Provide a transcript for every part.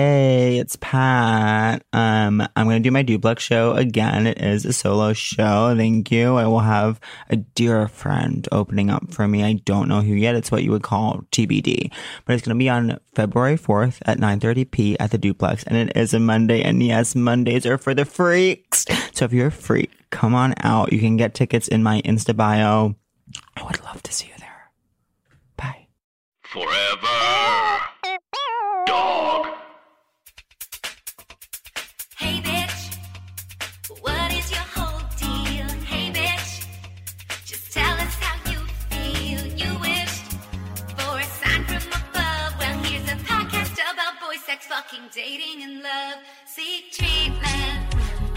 Hey, it's Pat. Um, I'm going to do my duplex show again. It is a solo show. Thank you. I will have a dear friend opening up for me. I don't know who yet. It's what you would call TBD, but it's going to be on February 4th at 9:30 p at the duplex, and it is a Monday. And yes, Mondays are for the freaks. So if you're a freak, come on out. You can get tickets in my Insta bio. I would love to see you there. Bye. Forever. Dog. Hey bitch, what is your whole deal? Hey bitch, just tell us how you feel. You wished for a sign from above. Well, here's a podcast about boy sex, fucking, dating, and love. Seek treatment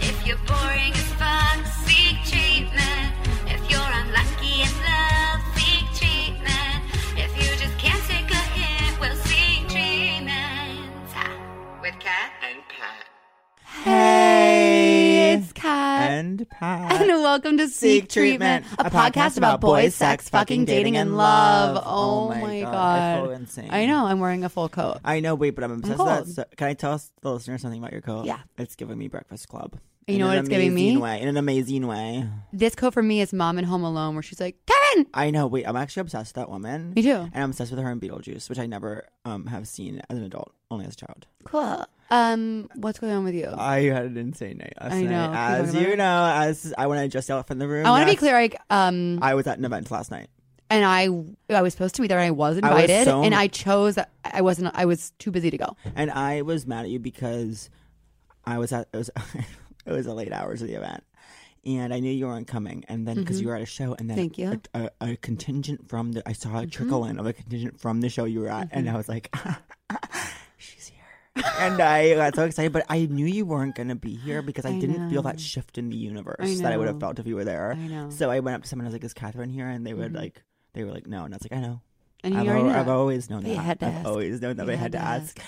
if you're boring as fuck. Seek treatment if you're unlucky in love. Seek treatment if you just can't take a hint. Well, seek treatment Ah, with Cat and Pat. Hey, It's Kat. and Pat. And welcome to Seek Treatment, a podcast about boys, sex, fucking, dating, and love. Oh, my god. I feel insane. I know. I'm wearing a full coat. I know. Wait, but I'm obsessed with that. cold. So, can I tell us- the listeners something about your coat? Yeah. it's giving me Breakfast Club. You In know an what it's giving amazing me? Way, in an amazing way. This coat for me is Mom and Home Alone, where she's like, Kevin! I know. Wait, I'm actually obsessed with that woman. Me too. And I'm obsessed with her in Beetlejuice, which I never um have seen as an adult, only as a child. Cool. Um, what's going on with you? I had an insane night. Last I night. know. Can you As talk about you it? know, as I when I just out from the room. I want to be last- clear, like, um, I was at an event last night. and I, I was supposed to be there, and I was was invited, so- and I chose. I wasn't. I was too busy to go. And I was mad at you because I was at it was it was the late hours of the event, and I knew you weren't coming. And then because you were at a show, and then Mm-hmm. Thank you. Mm-hmm. A, a, a contingent from the I saw a trickle in of a contingent from the show you were at, and I was like, she's here. and I got so excited, but I knew you weren't going to be here because I, I didn't feel know. that shift in the universe that I would have know. felt if you were there. I know. Mm-hmm. So I went up to someone. I was like, "Is Catherine here?" And they would like, they were like, "No," and I was like, "I know." And you I've, already al- know. I've always known But that. you had to I've ask. always known that. You But I had had to to ask.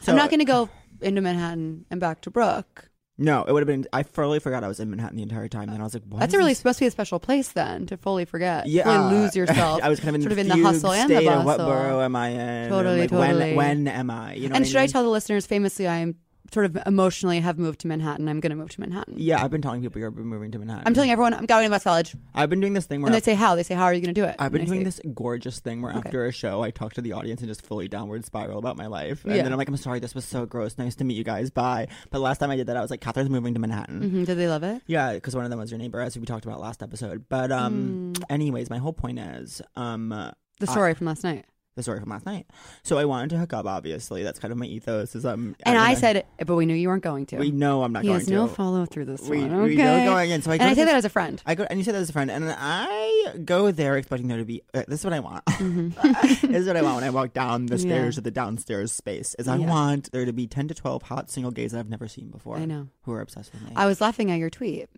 So I'm not going to go into Manhattan and back to Brooke. No, it would have been. I fully forgot I was in Manhattan the entire time. Then I was like, what That's is a really this? supposed to be a special place then to fully forget, yeah. fully lose yourself. I was kind of in the sort of in the fugue hustle and the state of bustle. what borough am I in? and, Totally, like, totally. When when am I? You know. and what should I mean? tell the listeners famously I'm sort of emotionally have moved to Manhattan. I'm going to move to Manhattan. Yeah, I've been telling people you're moving to Manhattan. I'm telling everyone I'm going to West Village. I've been doing this thing where And they I've- say how? They say how are you going to do it? I've been And I doing say, this gorgeous thing where after a show, I talk to the audience and just fully downward spiral about my life. And Yeah. then I'm like, I'm sorry, this was so gross. Nice to meet you guys. Bye. But last time I did that, I was like, Catherine's moving to Manhattan. "Mhm, Did they love it? Yeah, because one of them was your neighbor, as we talked about last episode. But um, Mm. anyways, my whole point is um, The I- story from last night. the story from last night. So I wanted to hook up. Obviously, that's kind of my ethos. Is um, And I everything- said, but we knew you weren't going to. we know I'm not he going has to. no follow through this We- one. we know okay? going in. So I and go I to say this- that as a friend. I go and you said that as a friend, and I go there expecting there to be. Uh, this is what I want. Mm-hmm. this is what I want when I walk down the Yeah. stairs to the downstairs space. Is I Yeah. want there to be ten to twelve hot single gays that I've never seen before. I know. who are obsessed with me. I was laughing at your tweet.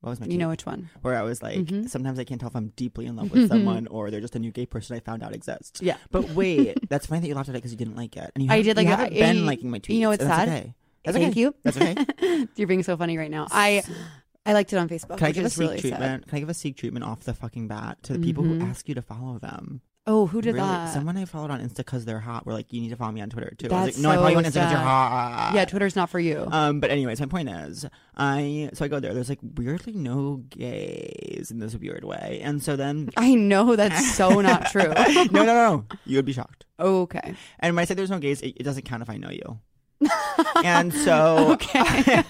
what was my? You know tweet? which one? where I was like, Mm-hmm. sometimes I can't tell if I'm deeply in love with someone or they're just a new gay person I found out exists. Yeah. But wait, that's funny that you laughed at it because you didn't like it. And you I haven't- did like you it. haven't I- been liking my tweets. you know what's and that's sad? okay. That's Thank okay. you. That's okay. You're being so funny right now. I I liked it on Facebook. Can I which give a is seek really sad. treatment? Can I give a seek treatment off the fucking bat to the people who ask you to follow them? Oh, who did really? that? Someone I followed on Insta because they're hot. We're like, you need to follow me on Twitter too. I was That's like, no, I follow you on Insta so 'cause you're sad. hot. yeah, Twitter's not for you. Um, but anyways, my point is, I so I go there. There's like weirdly no gays in this weird way, and so then I know that's so not true. no, no, no. You would be shocked. okay. And when I say there's no gays, it, it doesn't count if I know you. and so, Okay.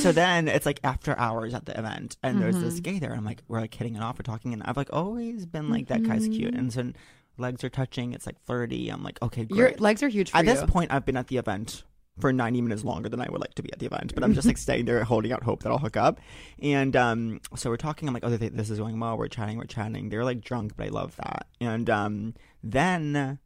so then it's like after hours at the event, and there's this gay there, and I'm like, we're like hitting it off, we're talking, and I've like always been like that guy's cute, and so legs are touching, it's like flirty. I'm like, okay, Your great. legs are huge for at you. this point, I've been at the event for 90 minutes longer than I would like to be at the event, but I'm just like staying there holding out hope that I'll hook up. And um, so we're talking. I'm like, oh, th- this is going well. We're chatting. We're chatting. They're like drunk, but I love that. And um, then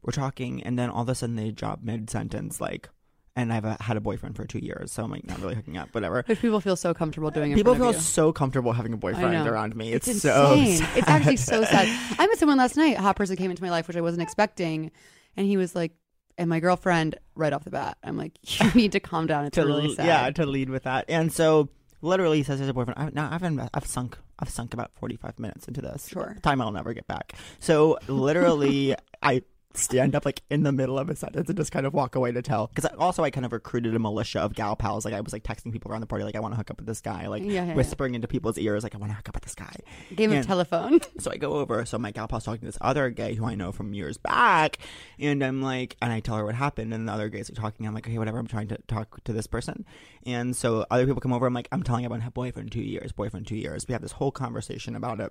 we're talking, and then all of a sudden they drop mid sentence, like, and I've uh, had a boyfriend for two years, so I'm like not really hooking up, whatever. Which people feel so comfortable doing. In People front feel of you. so comfortable having a boyfriend know. around me. It's, It's so insane. sad. It's actually so sad. I met someone last night, a hot person came into my life, which I wasn't expecting, and he was like, "And my girlfriend." Right off the bat, I'm like, "You need to calm down. It's to really l- sad." yeah to lead with that and so literally he says there's a boyfriend I, now I've, inve- I've sunk I've sunk about 45 minutes into this Sure. time I'll never get back so literally I stand up like in the middle of a sentence and just kind of walk away to tell. Because also, I kind of recruited a militia of gal pals. Like I was like texting people around the party, like I want to hook up with this guy, like Yeah, yeah, whispering into people's ears, like I want to hook up with this guy. Game Yeah. of telephone. So I go over. So my gal pal's talking to this other gay who I know from years back, and I'm like, and I tell her what happened, and the other gays are talking. I'm like, okay, whatever. I'm trying to talk to this person, and so other people come over. I'm like, I'm telling about her boyfriend two years, boyfriend two years. We have this whole conversation about it,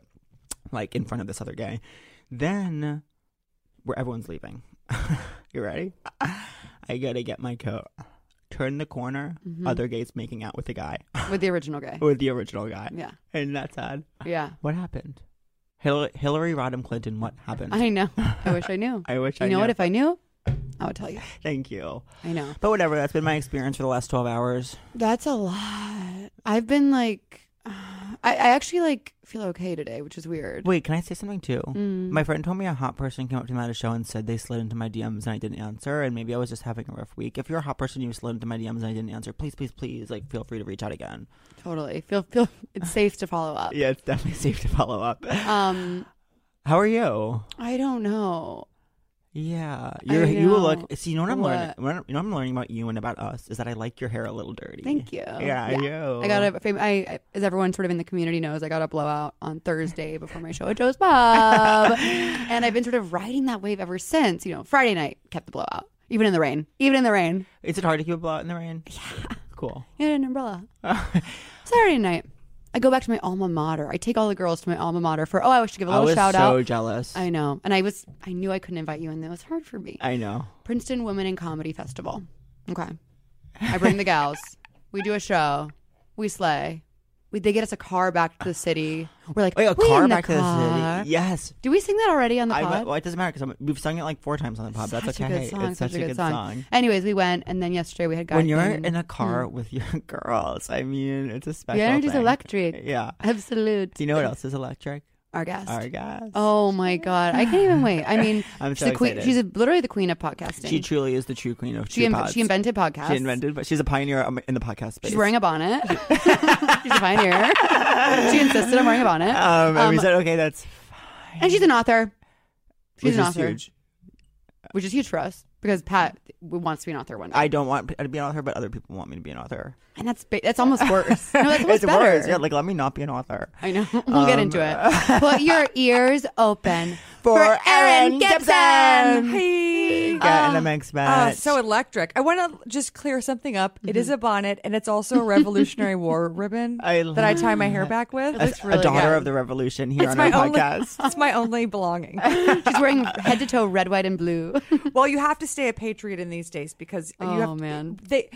like in front of this other gay. Then, where everyone's leaving. you ready? I gotta get my coat. Turn the corner. Mm-hmm. Other Oh, gays making out with the guy, Mhm. with the original guy. with the original guy, Yeah. and that's sad. Yeah. What happened? Hillary, Hillary Rodham Clinton, what happened? I, I know. I wish I knew. wish I you know knew. what? If I knew, I would tell you. Thank you. I know. But whatever, that's been my experience for the last 12 hours. That's a lot. I've been like, I, I actually like feel okay today, which is weird. Wait, can I say something too? Mm. My friend told me a hot person came up to me at a show and said they slid into my DMs and I didn't answer, and maybe I was just having a rough week. If you're a hot person, you slid into my DMs and I didn't answer, please, please, please, like, feel free to reach out again. Totally. Feel feel. It's safe to follow up. Yeah, it's definitely safe to follow up. Um, How are you? I don't know. Yeah, you you know. look. See, you know what I'm learning. What? You know what I'm learning about you and about us is that I like your hair a little dirty. Thank you. Yeah, I do. I got a fam- I, I- as everyone sort of in the community knows, I got a blowout on Thursday before my show at Joe's Pub, and I've been sort of riding that wave ever since. You know, Friday night kept the blowout, even in the rain, even in the rain. Is it hard to keep a blowout in the rain? Yeah. Cool. I had an umbrella. Saturday night, I go back to my alma mater. I take all the girls to my alma mater for oh, I should give a I little was shout so out. jealous. I, I know, and I was I knew I couldn't invite you, and that was hard for me. know. Princeton Women in Comedy Festival. Okay. I bring the gals. We do a show. We slay. We, they get us a car back to the city. We're like, Wait, a "We car in the back to the car." city. Yes. Do we sing that already on the I, pod? well, it doesn't matter because we've sung it like four times on the pod. That's such okay. a good song. it's such, a good song. Anyways, we went, and then yesterday we had guys. When you're band. in a car with your girls, I mean, it's a special. the energy's thing. electric. Yeah. Absolute. Do you know what else is electric? Our guest. Our guys. Oh my god, I can't even wait. I mean, I'm she's so the queen. excited. She's a, literally the queen of podcasting. she truly is the true queen of She two in- pods. she invented podcasts. She invented, but she's a pioneer um, in the podcast space. She's wearing a bonnet. she's a pioneer. she insisted on wearing a bonnet. Um, and we Um, said, okay, that's And she's an author. She's which an is author, huge. which is huge for us because Pat wants to be an author one day, I don't want to be an author, but other people want me to be an author. and that's ba- that's almost worse. No, that's almost it's better. worse. Yeah, like let me not be an author. I know. We'll get into it. Put your ears open For Erin Gibson. Hey. Yeah, in the next Ah, match. so electric. I want to just clear something up. It is a bonnet, and it's also a Revolutionary War ribbon I that I tie my hair love back with. As a daughter of the revolution here It's on our my only. podcast. It's my only belonging. She's wearing head to toe red, white, and blue. well, you have to stay a patriot in these days because you Oh, have man. They,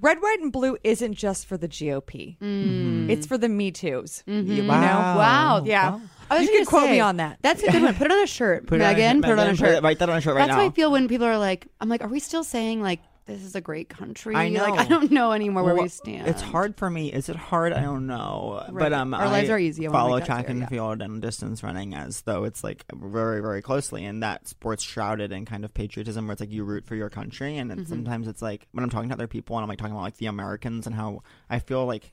red, white, and blue isn't just for the GOP. It's for the Me Too's. Mm-hmm. Wow. Wow. Yeah. Oh. I was You gonna can quote say, me on that. That's a good one. Put it on a shirt, Put it on a- Megan. put it on a Megan, put it- shirt. write that on a shirt right That's how I now. feel when people are like, I'm like, are we still saying like this is a great country? I Like know. I don't know anymore where Well, we stand. It's hard for me. Is it hard? I don't know. Right. But um, Our lives I are easy. I wanna follow make that track clear, and yeah. field and distance running as though it's like very, very closely, and that sports shrouded in kind of patriotism where it's like you root for your country, and then Mm-hmm. sometimes it's like when I'm talking to other people and I'm like talking about like the Americans and how I feel like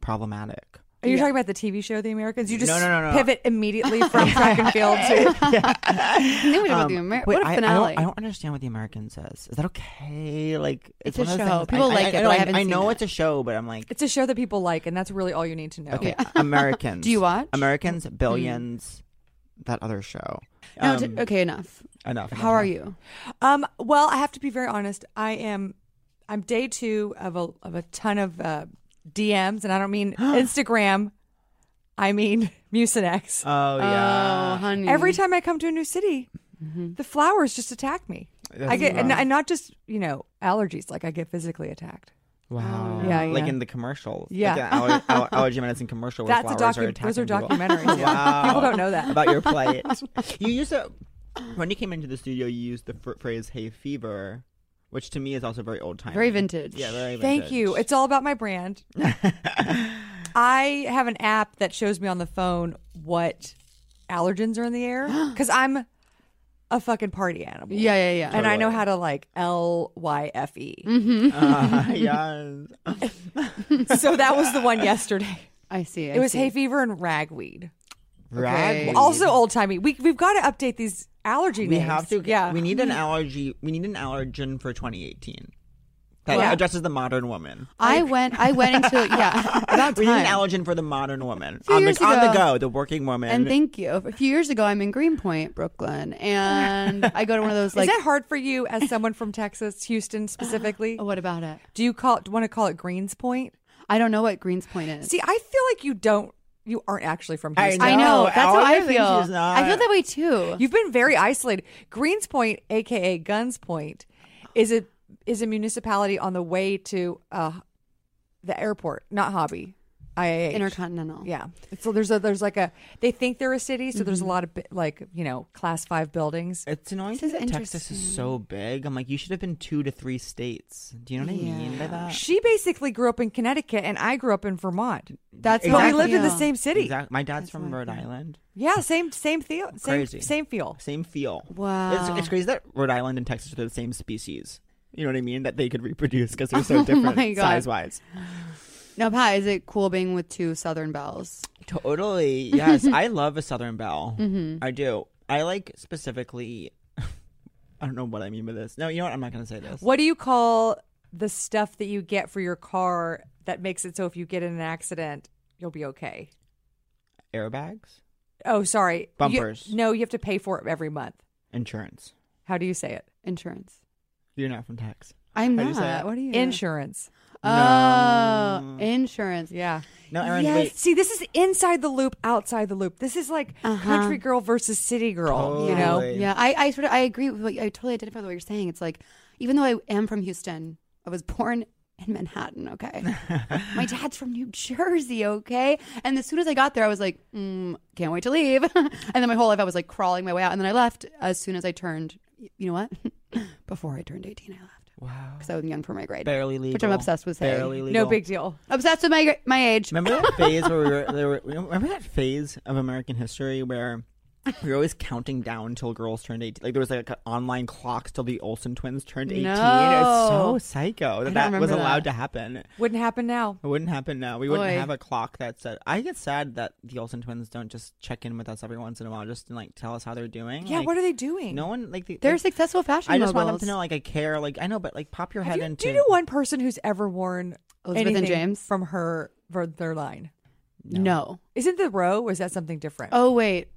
problematic. Are you talking about the TV show The Americans? You just No, no, no, no. pivot immediately from track and field to And then we about the Um, Amer- wait, what a I- I don't- finale. I, don't, understand what the American says. Is that okay? Like it's, It's a one of those show. things- People like it, but know- I haven't I seen know it. it's a show, but I'm like, it's a show that people like, and that's really all you need to know. okay, Americans. Do you watch? Mm. Americans? Billions. That other show. No, Um, t- okay, enough. enough. How are you? Um, well, I have to be very honest. I am. I'm day two of a of a ton of uh, DMs, and I don't mean Instagram. I mean Mucinex. Oh oh, yeah. honey. Every time I come to a new city, Mm-hmm. the flowers just attack me. I get and, and not just you know allergies. Like I get physically attacked. wow. oh, Yeah, Like yeah. in the commercials. Yeah. Like an aller- aller- allergy medicine commercial. Where That's a flowers are docu. Those are attacking people. documentaries. yeah. Wow. People don't know that. about your plight. you used to, when you came into the studio, you used the fr- phrase "hay fever," which to me is also very old time. Very vintage. Yeah, very. Thank you. vintage. It's all about my brand. I have an app that shows me on the phone what allergens are in the air because I'm a fucking party animal. Yeah, yeah, yeah. Mm-hmm. And I know Totally. how to like L Y F E. Ah, yes. So that was the one yesterday. I see. I It was see. hay fever and ragweed. Ragweed. Weed. Also old timey. We we've got to update these allergy We names. have to. Yeah. We need an allergy. We need an allergen for 2018 that Yeah. addresses the modern woman. I went. I went into yeah. About We need an time. allergen for the modern woman Few on the, years on the ago. go, the working woman. And thank you. A few years ago, I'm in Greenpoint, Brooklyn, and I go to one of those like. Is that hard for you as someone from Texas, Houston specifically? Oh, what about it? Do you call want to call it Greens Point? I don't know what Greens Point is. See, I feel like you don't. You aren't actually from I Houston. I No, know. That's how Eleanor I thinks feel. she's not. I feel that way too. You've been very isolated. Greens Point, aka Guns Point, is a is a municipality on the way to uh, the airport, not Hobby. IAH. Intercontinental. Yeah. So there's a there's like a they think they're a city, so there's a lot of bi- like you know class five buildings. It's annoying to This me is that Texas is so big. I'm like, you should have been two to three states. Do you know what I mean by that? She basically grew up in Connecticut, and I grew up in Vermont, That's but we Exactly. lived in the Yeah. same city. Exact- My dad's from Rhode Island. Yeah, same same feel, same Crazy. same feel. Same feel. Wow. It's, it's crazy that Rhode Island and Texas are the same species. You know what I mean? That they could reproduce because they're so Oh different my God. size wise. Now, Pat, is it cool being with two Southern belles? Totally. Yes. I love a Southern Belle. Mm-hmm. I do. I like specifically. I don't know what I mean by this. No, you know what? I'm not going to say this. What do you call the stuff that you get for your car that makes it so if you get in an accident, you'll be okay? Airbags? Oh, sorry. You- Bumpers. no, you have to pay for it every month. Insurance. How do you say it? Insurance. You're not from Texas. I'm How do not. you say it? What are you? Insurance. Oh, insurance. Yeah. No, Erin, Yes. wait. See, this is inside the loop, outside the loop. This is like Uh-huh. country girl versus city girl, you know? Totally. Yeah, I, I sort of I agree with what I totally identify with what you're saying. It's like even though I am from Houston, I was born in Manhattan. Okay, my dad's from New Jersey. Okay, and as soon as I got there, I was like, mm, can't wait to leave. and then my whole life, I was like crawling my way out. And then I left as soon as I turned. You know what? Before I turned 18, I left Wow. because I was young for my grade. Barely legal. Which I'm obsessed with saying. Barely legal. No big deal. Obsessed with my my age. Remember that phase where we were, there were. Remember that phase of American history where we were always counting down till girls turned eighteen. Like there was like an online clocks till the Olsen twins turned eighteen. It's No. so psycho that don't that was remember allowed to that. happen. It Wouldn't happen now. wouldn't happen now. We wouldn't Oy. have a clock that said. I get sad that the Olsen twins don't just check in with us every once in a while, just to like tell us how they're doing. Yeah, Like, what are they doing? No one like they, They're like, successful fashion I just moguls. want them to know, like I care, like I know, but like pop your Have head you- into. do you know one person who's ever worn Elizabeth and anything James? from her from their line? No. Isn't the row or is that something different? Oh wait,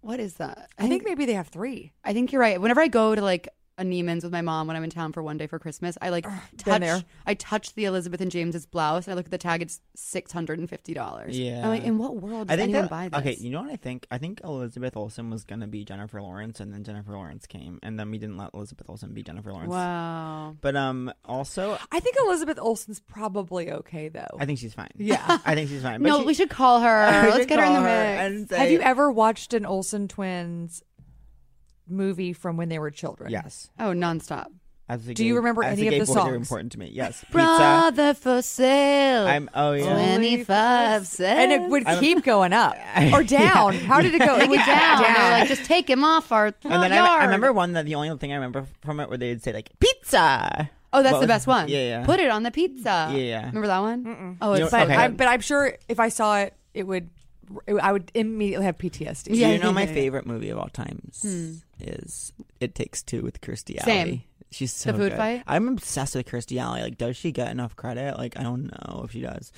what is that? I think maybe they have three. I think you're right. Whenever I go to like a Neiman's with my mom when I'm in town for one day for Christmas, I like touch there. I touch the Elizabeth and James's blouse and I look at the tag, it's six hundred and fifty dollars. Yeah. I'm like, in what world does I think anyone that- buy this? Okay, you know what I think? I think Elizabeth Olsen was gonna be Jennifer Lawrence, and then Jennifer Lawrence came, and then we didn't let Elizabeth Olsen be Jennifer Lawrence. Wow. But um, also, I think Elizabeth Olsen's probably okay though. I think she's fine. Yeah, I think she's fine. But no, she- we should call her. I Let's should get her in the call mix. and Have say- you ever watched an Olsen twins movie from when they were children? Yes. oh, nonstop. As a Do you gay- remember as any a of gay the boy, they're songs? important to me. Yes. Pizza. Brother for sale. I'm. Oh yeah. twenty five cents. And it would keep going up or down. How did it go? It would down. They're like, just take him off our And then yard. I, I remember one that the only thing I remember from it where they'd say like pizza. Oh, that's What the was- best one. Yeah, yeah. Put it on the pizza. Yeah, yeah. Remember that one? Oh, You it's know- so but, Okay. good. I'm, but I'm sure if I saw it, it would. It, I would immediately have PTSD. Do Yeah, you know my yeah, yeah. favorite movie of all times is It Takes Two with Kirstie Alley. Same. She's so The food good. fight? I'm obsessed with Kirstie Alley. Like, does she get enough credit? Like, I don't know if she does,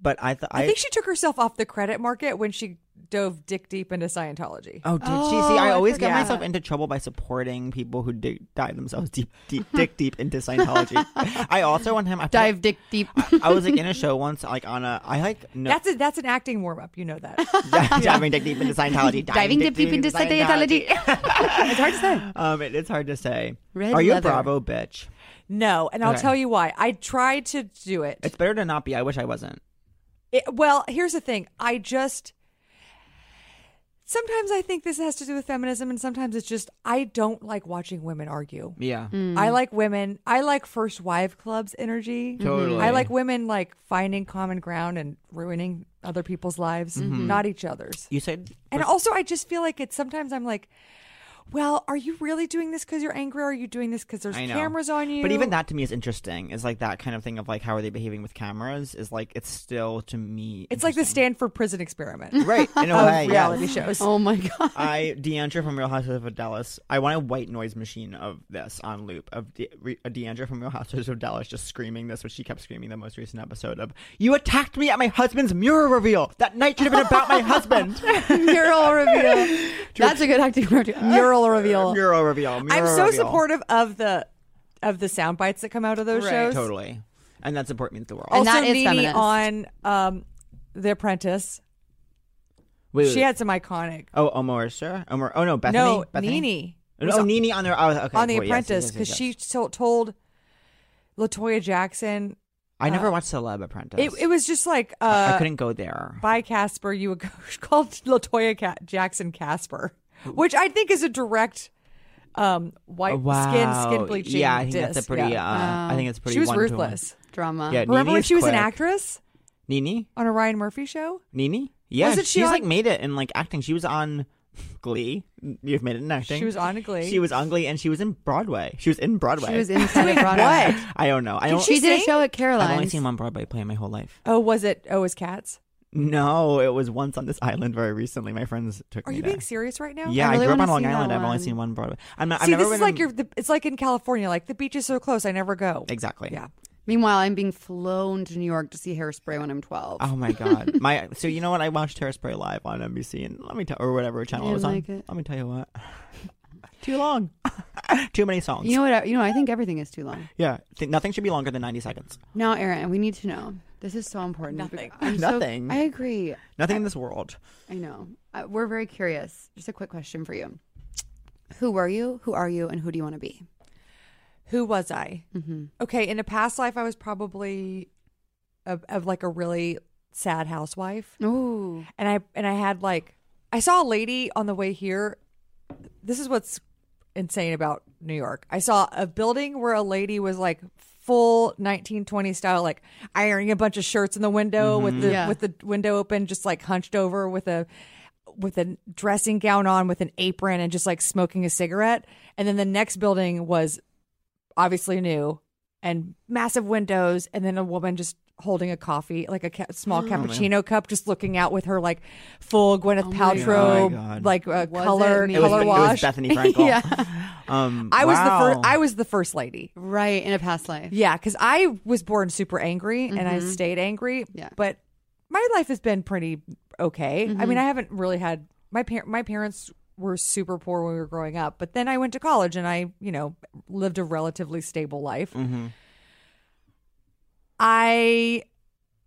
but I thought I think she took herself off the credit market when she dove dick deep into Scientology. Oh, did she? Oh, See, I I always get forgot. myself into trouble by supporting people who dig- dive themselves deep, deep, dick deep into Scientology. I also one time I Dive dick deep. I, I was like in a show once, like on a. I like no, That's a, that's an acting warm up. You know that. diving dick deep into Scientology. Diving deep, deep into Scientology. it's hard to say. Um, it, it's hard to say. Red Are you leather. a Bravo bitch? no, and I'll Okay. tell you why. I tried to do it. It's better to not be. I wish I wasn't. It, well, here's the thing. I just sometimes I think this has to do with feminism, and sometimes it's just I don't like watching women argue. Yeah, Mm. I like women. I like first wife clubs energy. Totally. I like women like finding common ground and ruining other people's lives, not each other's. Mm-hmm. you said. And also, I just feel like it's sometimes I'm like, well, are you really doing this because you're angry? Or are you doing this because there's I know. cameras on you? But even that to me is interesting. Is like that kind of thing of like how are they behaving with cameras? Is like it's still to me. It's like the interesting. Stanford prison experiment. right in a of way. yeah. reality shows. Oh my god. I Deandra from Real Housewives of Dallas. I want a white noise machine of this on loop of De- Re- Deandra from Real Housewives of Dallas just screaming this, which she kept screaming the most recent episode of. You attacked me at my husband's mirror reveal. That night should have been about my husband. mural reveal. That's a good acting word. Mural reveal. Mural reveal. I'm mural so reveal. supportive of the of the sound bites that come out of Oh, those shows. Totally, and that support means the world. Also, And that is Nene feminist. on um, The Apprentice. Wait, wait, She wait. had some iconic. Oh, Omar, sir. Omar. Oh no, Bethany. No, Bethany? Nene was Oh, Nini on their. Oh, okay. on The cool, yes, yes, Apprentice yes, because yes. she to- told Latoya Jackson. I never watched Celeb Apprentice. uh, It, it was just like I uh, couldn't go there. by Casper. You would go, called Latoya Ca- Jackson Casper, which I think is a direct um, white skin skin bleaching. Oh, Yeah, I think that's diss. a pretty. Yeah. Uh, I think it's pretty. she was one-to-one. ruthless. Drama. Yeah, Remember when Nene's she was an quick. actress Nini, on a Ryan Murphy show? Nini. Yeah, Wasn't she she's on- like made it in like acting. She was on Glee. You've made it in acting. She was on Glee. She was on Glee, and she was in Broadway. She was in Broadway. She was inside of Broadway. I don't know. I don't. She did a sing? show at I've only Caroline's. seen him on Broadway play my whole life. Oh, was it? Oh, it was Cats? No, it was once on this island very recently. My friends took Are me you there. being serious right now? Yeah, I, really grew up on wanna Long see that Island. I've only one. seen one Broadway. I'm not. See, I've never this is been like on- your. The, it's like in California. Like the beach is so close, I never go. exactly. Yeah. Meanwhile, I'm being flown to New York to see Hairspray when I'm 12. Oh my god. My so you know what I watched Hairspray live on NBC and let me tell or whatever channel it didn't was on. like it. Let me tell you what. Too long. Too many songs. You know what? I, you know, I think everything is too long. yeah. Th- nothing should be longer than 90 seconds. Now, Erin, we need to know. This is so important. Nothing. I'm so- Nothing. I agree. Nothing in this world. I know. Uh, we're very curious. Just a quick question for you. Who were you? Who are you? And who do you want to be? Who was I? Okay, in a past life, I was probably of, of like a really sad housewife, Ooh. and I and I had like I saw a lady on the way here. This is what's insane about New York. I saw a building where a lady was like full 1920 style, like ironing a bunch of shirts in the window with the Yeah. with the window open, just like hunched over with a with a dressing gown on, with an apron, and just like smoking a cigarette. And then the next building was obviously new and massive windows, and then a woman just holding a coffee, like a ca- small Oh, cappuccino cup, just looking out with her like full Gwyneth God. Oh my Paltrow, God. like uh, Was it color me? It was, color it was wash. Bethany Frankel. Yeah. Um I was the wow. first. I was the first lady. Right. In a past life. Mm-hmm. Yeah, because I was born super angry and I stayed angry. Yeah. Mm-hmm. but my life has been pretty okay. I mean, I haven't really had my par- my parents were super poor when we were growing up, but then I went to college and I, you know, lived a relatively stable life. I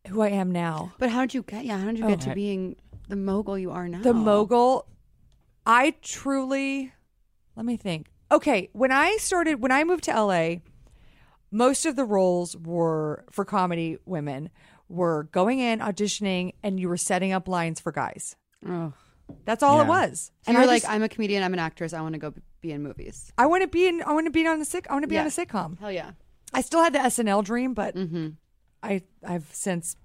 who I am now, But how did you get? Yeah. How did you get to being the mogul you are now? Oh, the mogul. I truly let me think. Okay, when I started when I moved to LA, most of the roles were for comedy women were going in auditioning and you were setting up lines for guys. Ugh. That's all it Yeah. was. And I you're like, just- I'm a comedian. I'm an actress. I want to go b- be in movies. I want to be in I want to be on the sick I want to be on Yeah. Mm-hmm. a sitcom. Hell yeah. I still had the SNL dream, but I I've since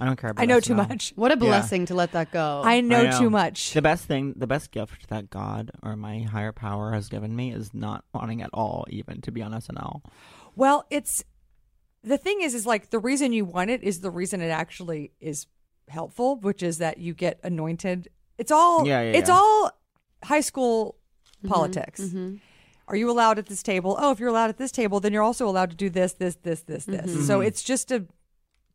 I don't care about I know us too now. much. What a blessing to let that go. I know, I know. too much. The best thing, the best gift that God or my higher power has given me is not wanting at all even to be on SNL. Well, it's the thing is, is like the reason you want it is the reason it actually is helpful, which is that you get anointed. It's all, Yeah, yeah, it's yeah. all high school politics. Are you allowed at this table? Oh, if you're allowed at this table, then you're also allowed to do this, this, this, this, this. So it's just a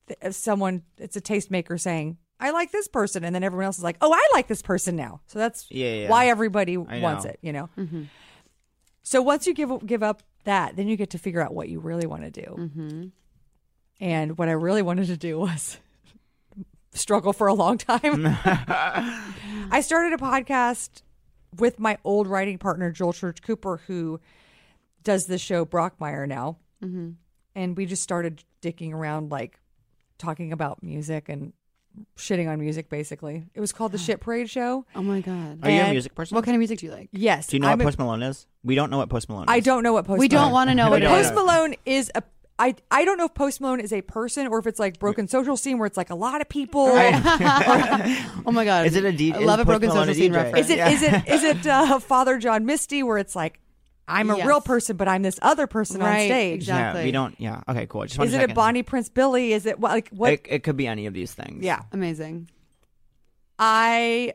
th- someone. It's a tastemaker saying. I like this person, and then everyone else is like, "Oh, I like this person now." So that's Yeah, yeah. why everybody I wants know. it, you know. So once you give give up that, then you get to figure out what you really want to do. And what I really wanted to do was struggle for a long time. I started a podcast with my old writing partner Joel Church Cooper, who does the show Brockmire now, and we just started dicking around, like talking about music and shitting on music. Basically, it was called the Shit Parade Show. oh my God. Are you a And- music person? What kind of music do you like? Yes, Do you know I'm what a- Post Malone is? We don't know what Post Malone is. I don't know what post. We don't Malone- want to know what We it don't is. Post Malone is a I I don't know if Post Malone is a person or if it's like broken social scene where it's like a lot of people. Oh my god! Is it a D- I is love a Post broken Malone social a scene DJ? reference. Is it is it is it uh, Father John Misty where it's like I'm a Yes. real person but I'm this other person on Right, stage? exactly. Yeah, we don't. Yeah. Okay. Cool. I Just Is it a body? Bonnie Prince Billy? Is it what like what? It, it could be any of these things. yeah, Amazing. I.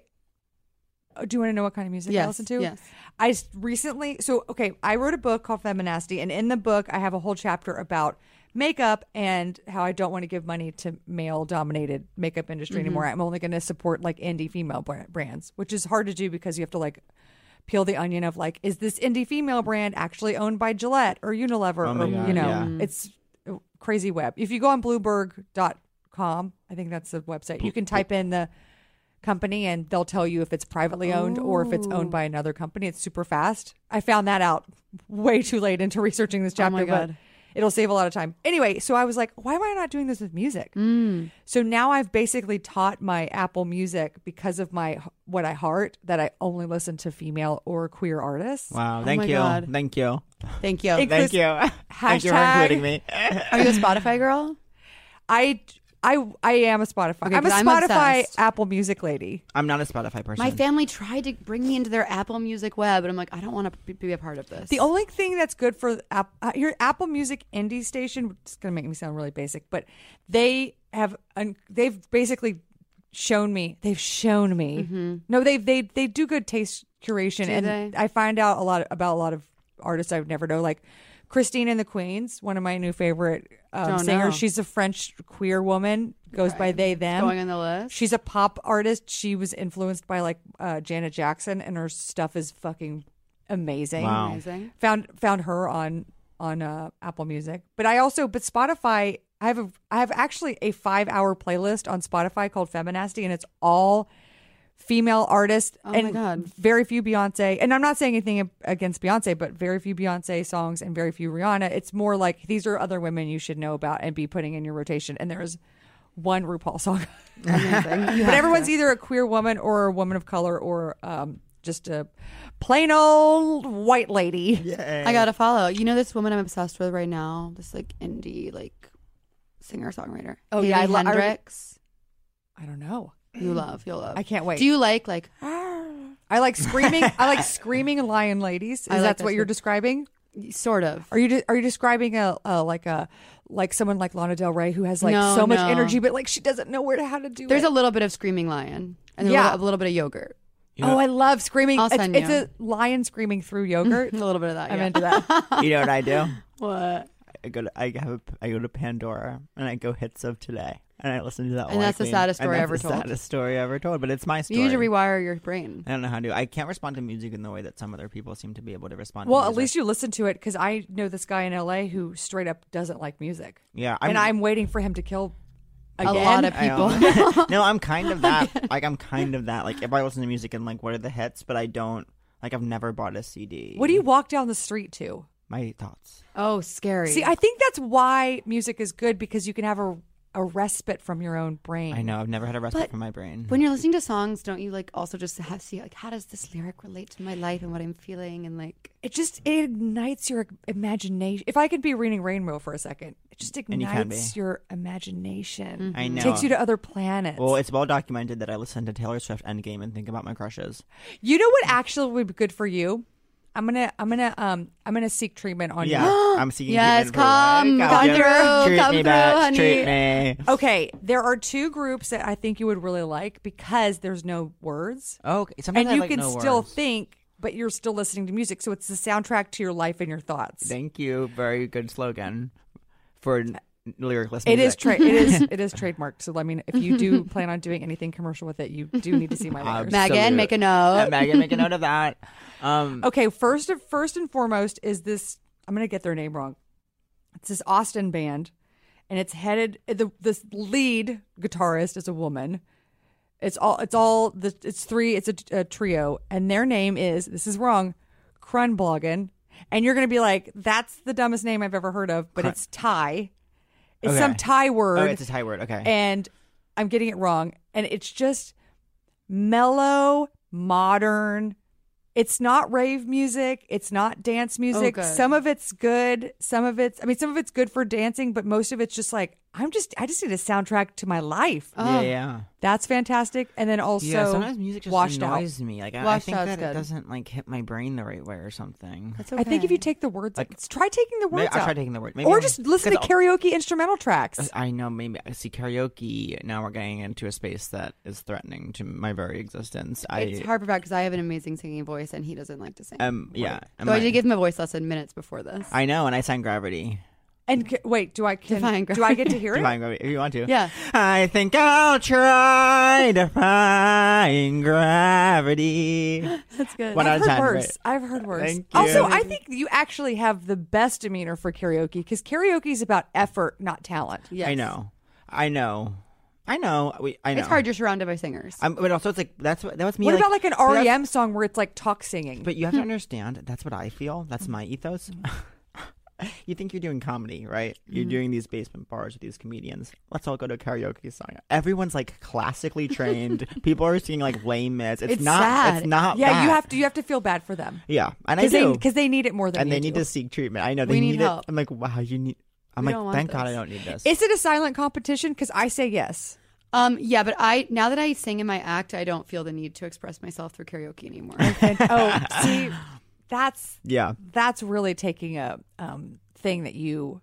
oh, Do you want to know what kind of music I Yes, listen to? yes. I s- recently, so okay, I wrote a book called Feminasty, and in the book, I have a whole chapter about makeup and how I don't want to give money to male dominated makeup industry Mm-hmm. anymore. I'm only going to support like indie female bra- brands, which is hard to do because you have to like peel the onion of like, is this indie female brand actually owned by Gillette or Unilever? Oh my or, God, you know, yeah. Mm-hmm. it's a crazy web. If you go on Bloomberg.com, I think that's the website, you can type in the company and they'll tell you if it's privately owned or if it's owned by another company. It's super fast. I found that out way too late into researching this chapter, Oh my but God. it'll save a lot of time. Anyway, so I was like, why am I not doing this with music? Mm. So now I've basically taught my Apple Music because of my what I heart that I only listen to female or queer artists. Wow. Thank Oh my you. God. Thank you. Thank you. It- Thank Chris- you. Thank you for Hashtag- including me. Are you a Spotify girl? I I I am a Spotify. Okay, I'm a 'cause I'm Spotify obsessed. Apple Music lady. I'm not a Spotify person. My family tried to bring me into their Apple Music web, and I'm like, I don't want to be a part of this. The only thing that's good for App- uh, your Apple Music indie station, which is going to make me sound really basic, but they have un- they've basically shown me they've shown me no they they they do good taste curation and Mm-hmm. they? I find out a lot about a lot of artists I would never know like Christine and the Queens, one of my new favorite um, Don't singers. know. She's a French queer woman, goes by they them. going on the list. She's a pop artist. She was influenced by like uh, Janet Jackson, and her stuff is fucking amazing. Wow. Amazing. Found found her on on uh, Apple Music, but I also but Spotify. I have a I have actually a five hour playlist on Spotify called Feminasty, and it's all female artists. Oh my and God. Very few Beyonce, and I'm not saying anything against Beyonce, but very few Beyonce songs and very few Rihanna. It's more like these are other women you should know about and be putting in your rotation. And there is one RuPaul song. Amazing. You But have everyone's to. either a queer woman or a woman of color or um, just a plain old white lady. I gotta follow. You know this woman I'm obsessed with right now. This like indie like singer songwriter. Oh, yeah, I lo- I re- Hendrix. I don't know. you love. You'll love. I can't wait. Do you like like? I like screaming. I like screaming lion ladies. Is I like that's that what you're too. describing? Sort of. Are you de- are you describing a, a like a like someone like Lana Del Rey who has like No, so much no. energy but like she doesn't know where to, how to do There's it? a little bit of screaming lion and a, Yeah. little, a little bit of yogurt. oh, I love screaming. I'll it's, send it's you. a lion screaming through yogurt. A little bit of that. I'm yeah. into that. you know what I do? What? I go to I have a, I go to Pandora and I go hits of today and I listen to that. while I that's the clean. saddest And story that's ever the told. Saddest story ever told, but it's my story. You need to rewire your brain. I don't know how to. I can't respond to music in the way that some other people seem to be able to respond. well, to at music. least you listen to it because I know this guy in L.A. who straight up doesn't like music, yeah. and I'm waiting for him to kill A again. lot of I people. am. no, I'm kind of that. Like I'm kind of that. Like if I listen to music and like what are the hits, but I don't. Like I've never bought a CD. What do you walk down the street to? My thoughts. oh, scary. See, I think that's why music is good because you can have a, a respite from your own brain. I know. I've never had a respite But from my brain. when you're listening to songs, don't you like also just have, see like how does this lyric relate to my life and what I'm feeling and like It just it ignites your imagination. If I could be reading Rainbow for a second, it just And you can be. ignites your imagination. I know. Takes you to other planets. Well, it's well documented that I listen to Taylor Swift Endgame and think about my crushes. you know what actually would be good for you? I'm gonna I'm gonna um I'm gonna seek treatment on Yeah, you. I'm seeking. Yes, treatment for life. come, God, come yes. through, treat come me, through, bitch, honey. treat me. Okay, there are two groups that I think you would really like because there's no words. Okay, sometimes and I you like can no still words. think, but you're still listening to music. So it's the soundtrack to your life and your thoughts. Thank you. Very good slogan for n- lyric listening. It is tra- it is it is trademarked. So I mean, if you do plan on doing anything commercial with it, you do need to see my letters. Absolutely. Megan, make a note. Uh, Megan, make a note of that. Um, Okay, first of first and foremost is this. I'm gonna get their name wrong. It's this Austin band, and it's headed the this lead guitarist is a woman. It's all it's all the it's three it's a, a trio, and their name is this is wrong, Krunbloggen, and you're gonna be like that's the dumbest name I've ever heard of, but it's Thai. It's some Okay. Thai word oh, it's a Thai word. Okay. and I'm getting it wrong. And it's just mellow, modern It's not rave music. It's not dance Oh, music. good. some of it's good. Some of it's, I mean, some of it's good for dancing, but most of it's just like, I'm just, I just need a soundtrack to my life. yeah, yeah. um, That's fantastic. And then also, Oh. yeah, sometimes music just washed out. annoys me. Like I- I, Washed think out's that it good. doesn't like hit my brain the right way or something. That's I think if you okay. take the words, Like- out try taking the words Maybe- I'll out. try taking the word. Maybe or I'm- just listen to 'cause I'll- Uh, karaoke instrumental tracks. I know. Maybe I see karaoke. Now we're getting into a space that is threatening to my very existence. I it's hard for that because I have an amazing singing voice and he doesn't like to sing. um yeah. am so I I- did give him a voice lesson minutes before this. I know, and I sang Gravity. And ca- wait, do I can, Define do I get to hear it? Define gravity if you want to. Yeah. I think I'll try defying gravity. That's good. One out I've of heard ten. worse. right? I've heard worse. Thank Also, you. I think you actually have the best demeanor for karaoke because karaoke is about effort, not talent. Yes. I know. I know. I know. We, I know. It's hard. You're surrounded by singers. I'm, but also, it's like that's what that was me. What about like an but E that's- REM song where it's like talk singing? But you have Hmm. to understand, that's what I feel. That's my ethos. you think you're doing comedy, right? Mm-hmm. You're doing these basement bars with these comedians. Let's all go to a karaoke song. Everyone's like classically trained. People are singing like lame It's, it's It's not sad. it's not yeah, you that. have to you have to feel bad for them Yeah. And I because do. they because they need it more than and you they need do. to seek treatment. I know they We need, need it. help. I'm like, wow, you need I'm We don't like, want thank God I this. don't need this. Is it a silent competition? Because I say yes. Um, yeah, but I now that I sing in my act, I don't feel the need to express myself through karaoke anymore. And, oh, see, that's yeah. that's really taking a um, thing that you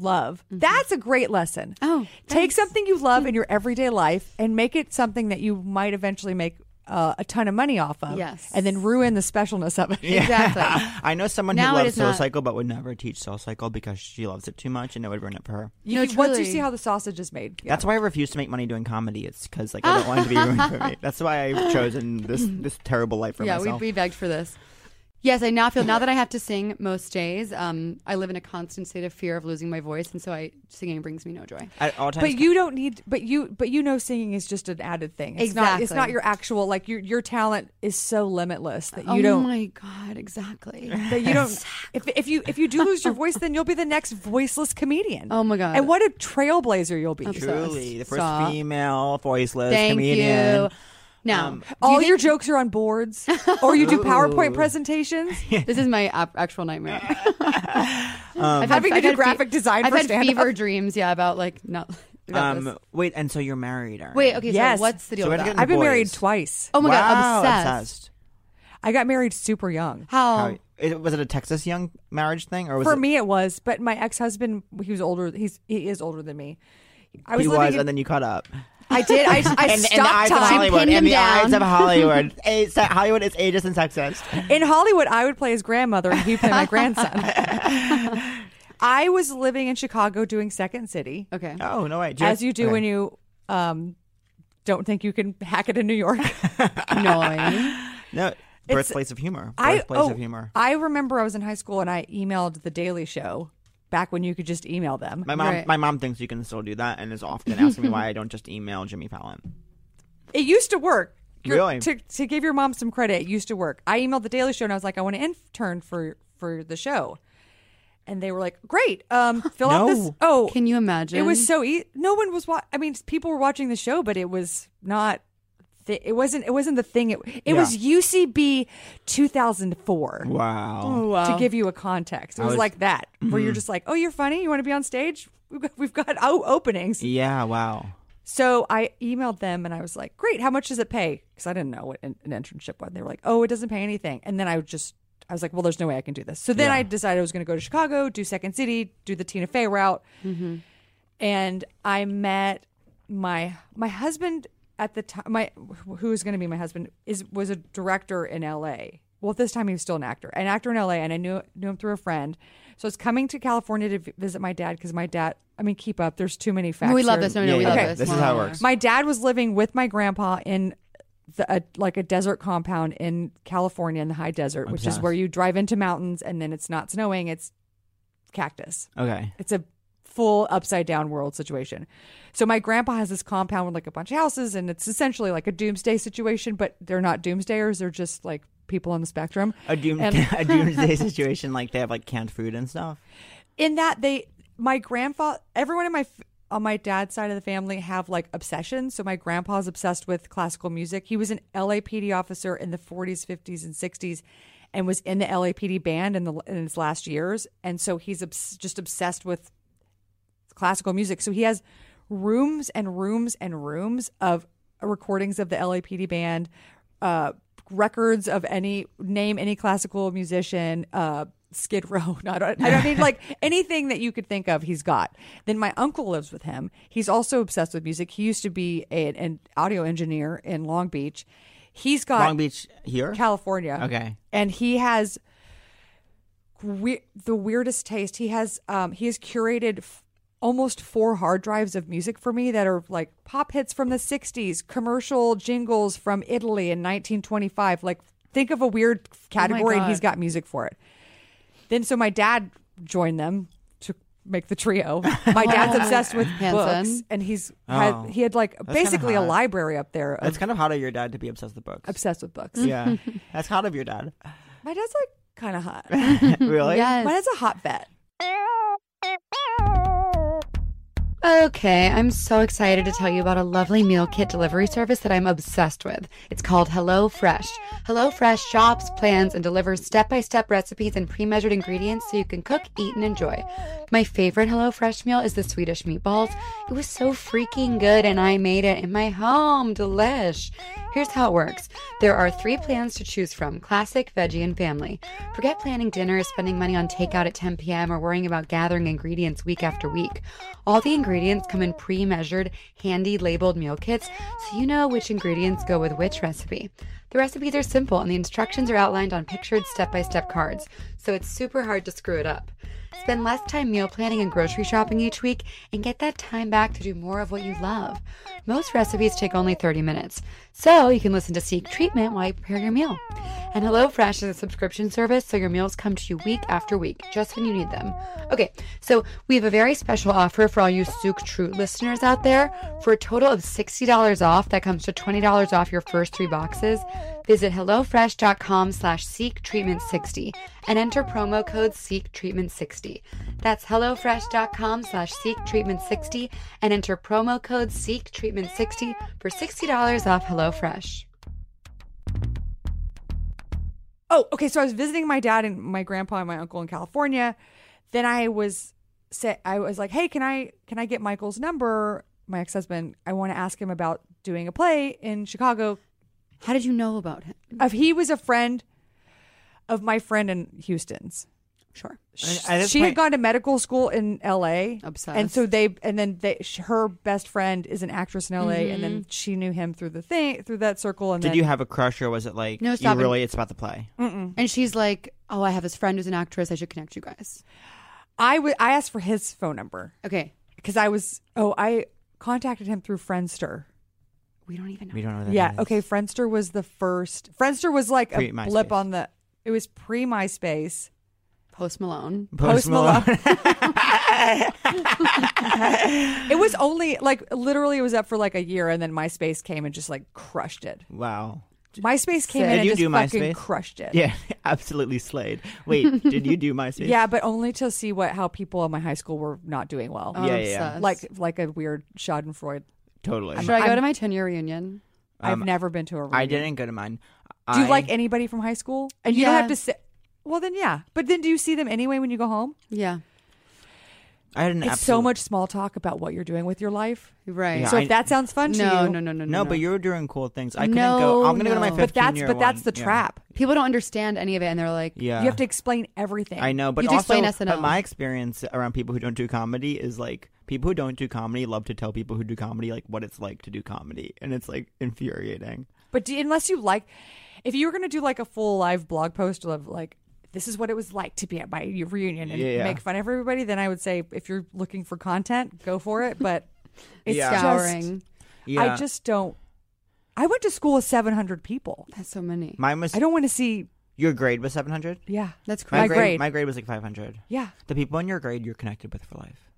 love. Mm-hmm. That's a great lesson. Oh, take something you love in Mm. your everyday life and make it something that you might eventually make uh, a ton of money off of. Yes. and then ruin the specialness of it. exactly. I know someone Now who it loves is not- Soul Cycle but would never teach Soul Cycle because she loves it too much and it would ruin it for her. You, No, you- once you truly. see how the sausage is made, yeah. That's why I refuse to make money doing comedy. It's because like I don't want it to be ruined for me. That's why I've chosen this this terrible life for yeah, we, myself. we begged for this. Yes, I now feel now that I have to sing most days. Um, I live in a constant state of fear of losing my voice, and so I singing brings me no joy. At all times, But you don't need. But you. But you know, singing is just an added thing. It's Not, it's Exactly. not your actual. Like your your talent is so limitless that you oh don't. my god, exactly. that you don't. If, if you if you do lose your voice, then you'll be the next voiceless comedian. Oh my God. And what a trailblazer you'll be! truly the first Stop. female voiceless Thank comedian. Um, you. Now, do you All think- your jokes are on boards, or you do PowerPoint Ooh. presentations. this is my ap- actual nightmare. Um, I've Having to I've do fe- graphic design I've for had stand-up. fever dreams. Yeah, about like not. About this. Um, wait, and so you're married, Erin? Wait, okay. yes. So what's the deal? So with we're that? gonna- I've been Boys. married twice. oh my wow, god, obsessed. obsessed. I got married super young. How? How, it, was it a Texas young marriage thing, or was Oh. For it, me, it was, but my ex husband, he was older. He's he is older than me. I was He living was, in- and then you caught up. I did. I, I And in the stopped eyes of time. Hollywood, pinned in him the eyes down. of Hollywood, It's that Hollywood is ageist and sexist. In Hollywood, I would play his grandmother and he'd play my grandson. I was living in Chicago doing Second City, Okay. Oh no way! as you do when you um, don't think you can hack it in New York. Annoying. no birthplace of humor. I Birthplace oh, of humor. I remember I was in high school and I emailed the Daily Show back when you could just email them. My mom, Right. my mom thinks you can still do that, and is often asking me why I don't just email Jimmy Fallon. It used to work. Your- Really? To, to give your mom some credit, it used to work. I emailed the Daily Show and I was like, I want to intern for for the show, and they were like, Great, um, fill out this. No. Oh, Can you imagine? It was so easy. No one was watching. I mean, people were watching the show, but it was not. Th- it wasn't. It wasn't the thing. It, it was UCB 2004. Wow. To give you a context, it was, was- Mm-hmm. like that, where you're just like, "Oh, you're funny. You want to be on stage? We've got, we've got oh, openings." Yeah. Wow. So I emailed them and I was like, "Great, how much does it pay?" Because I didn't know what an, an internship was. They were like, "Oh, it doesn't pay anything." And then I would just, I was like, "Well, there's no way I can do this." So then I decided I was going to go to Chicago, do Second City, do the Tina Fey route, Mm-hmm. and I met my my husband at the time. My who is going to be my husband is was a director in L.A. Well, at this time he was still an actor, an actor in L.A. And I knew knew him through a friend. So I was coming to California to v- visit my dad because my dad. I mean, keep up. There's too many facts. We love here. this. No, no, Yeah, we yeah, love yeah. this. This is More. how it works. My dad was living with my grandpa in the, a, like a desert compound in California in the high desert, which is Obsessed. where you drive into mountains and then it's not snowing, it's cactus. Okay. It's a full upside down world situation. So my grandpa has this compound with like a bunch of houses and it's essentially like a doomsday situation, but they're not doomsdayers, they're just like people on the spectrum. A, doom, And- a doomsday situation like they have like canned food and stuff. in that they my grandfather everyone in my f- on my dad's side of the family have like obsessions. So my grandpa's obsessed with classical music. He was an LAPD officer in the 40s, 50s, and 60s, and was in the LAPD band in the in his last years. And so he's obs- just obsessed with classical music. So he has rooms and rooms and rooms of recordings of the LAPD band, uh, records of any name any classical musician, uh, Skid Row. No, I don't. I don't mean like anything that you could think of. He's got. Then my uncle lives with him. He's also obsessed with music. He used to be a, an audio engineer in Long Beach. He's got Long Beach here. California. Okay. And he has we- the weirdest taste. He has um he has curated f- almost four hard drives of music for me that are like pop hits from the 60s, commercial jingles from Italy in 1925. Like think of a weird Oh category and he's got music for it. Then so my dad joined them to make the trio. My dad's obsessed with books Hanson. and he's Oh. had, he had like kinda basically a hot. library up there of That's Mm-hmm. kind of hot of your dad to be obsessed with books. obsessed with books. yeah, that's hot of your dad. My dad's like kind of hot. really? Mine Yes. is a hot vet. Okay, I'm so excited to tell you about a lovely meal kit delivery service that I'm obsessed with. It's called HelloFresh. HelloFresh shops, plans, and delivers step by step recipes and pre measured ingredients so you can cook, eat, and enjoy. My favorite HelloFresh meal is the Swedish meatballs. It was so freaking good, and I made it in my home. Delish. Here's how it works there are three plans to choose from classic, veggie, and family. Forget planning dinner, spending money on takeout at 10 p.m., or worrying about gathering ingredients week after week. All the ingredients come in pre measured, handy labeled meal kits so you know which ingredients go with which recipe. The recipes are simple and the instructions are outlined on pictured step by step cards, so it's super hard to screw it up. Spend less time meal planning and grocery shopping each week and get that time back to do more of what you love. Most recipes take only 30 minutes, so you can listen to Seek Treatment while you prepare your meal. And HelloFresh is a subscription service, so your meals come to you week after week, just when you need them. Okay, so we have a very special offer for all you Souk True listeners out there. For a total of $60 off, that comes to $20 off your first three boxes. Visit HelloFresh.com slash Seek Treatment 60 and enter promo code Seek Treatment 60. That's HelloFresh.com slash Seek Treatment 60 and enter promo code Seek Treatment 60 for $60 off HelloFresh. Oh, okay. So I was visiting my dad and my grandpa and my uncle in California. Then I was say I was like, "Hey, can I can I get Michael's number? My ex husband. I want to ask him about doing a play in Chicago. How did you know about him? If he was a friend of my friend in Houston's. Sure. Sh- At this she had point- gone to medical school in L.A. and Obsessed. so they and then they, sh- her best friend is an actress in L.A. and then Mm-hmm. she knew him through the thing through that circle. And Did then, you have a crush, or was it like No, you stop it. really? It's about the play. Mm. And she's like, Oh, I have this friend who's an actress. I should connect you guys. I wa- I asked for his phone number. Okay. because I was oh I contacted him through Friendster. We don't even know. We don't know. What that yeah, is. okay. Friendster was the first. Friendster was like a Pre-MySpace. blip on the. It was pre MySpace. Post Malone. Post Post Malone. Malone. It was only like literally it was up for like a year, and then MySpace came and just like crushed it. wow. MySpace came Did in and you just do fucking MySpace? crushed it. Yeah, absolutely slayed. Wait, did you do MySpace? yeah, but only to see what how people in my high school were not doing well. Yeah, yeah, yeah. obsessed. Like like a weird Schadenfreude. totally. should I go to my 10 year reunion? I've never been to a. Um, I reunion. didn't go to mine. Do you I- like anybody from high school? And you don't Yeah. have to say. Well, then yeah. But then do you see them anyway when you go home? Yeah. I had an It's absolute- so much small talk about what you're doing with your life. Right. Yeah, So I- if that sounds fun to no, you, no, no, no, no, No, but you were doing cool things. I couldn't go. No, I'm gonna go to my no. 15 but that's year but that's the one. Yeah. trap. people don't understand any of it and they're like, Yeah, You have to explain everything. I know, but You also, just explain but SNL. my experience around people who don't do comedy is like people who don't do comedy love to tell people who do comedy like what it's like to do comedy, and it's like infuriating. But do, unless you like, if you were going to do like a full live blog post of like, this is what it was like to be at my reunion and Yeah. make fun of everybody, then I would say if you're looking for content, go for it. But it's Yeah. just- scouring. Yeah, I just don't. I went to school with 700 people. That's so many. mine was I don't want to see. your grade was 700. Yeah, That's My, crazy. My grade, grade. my grade was like 500. yeah. The people in your grade you're connected with for life.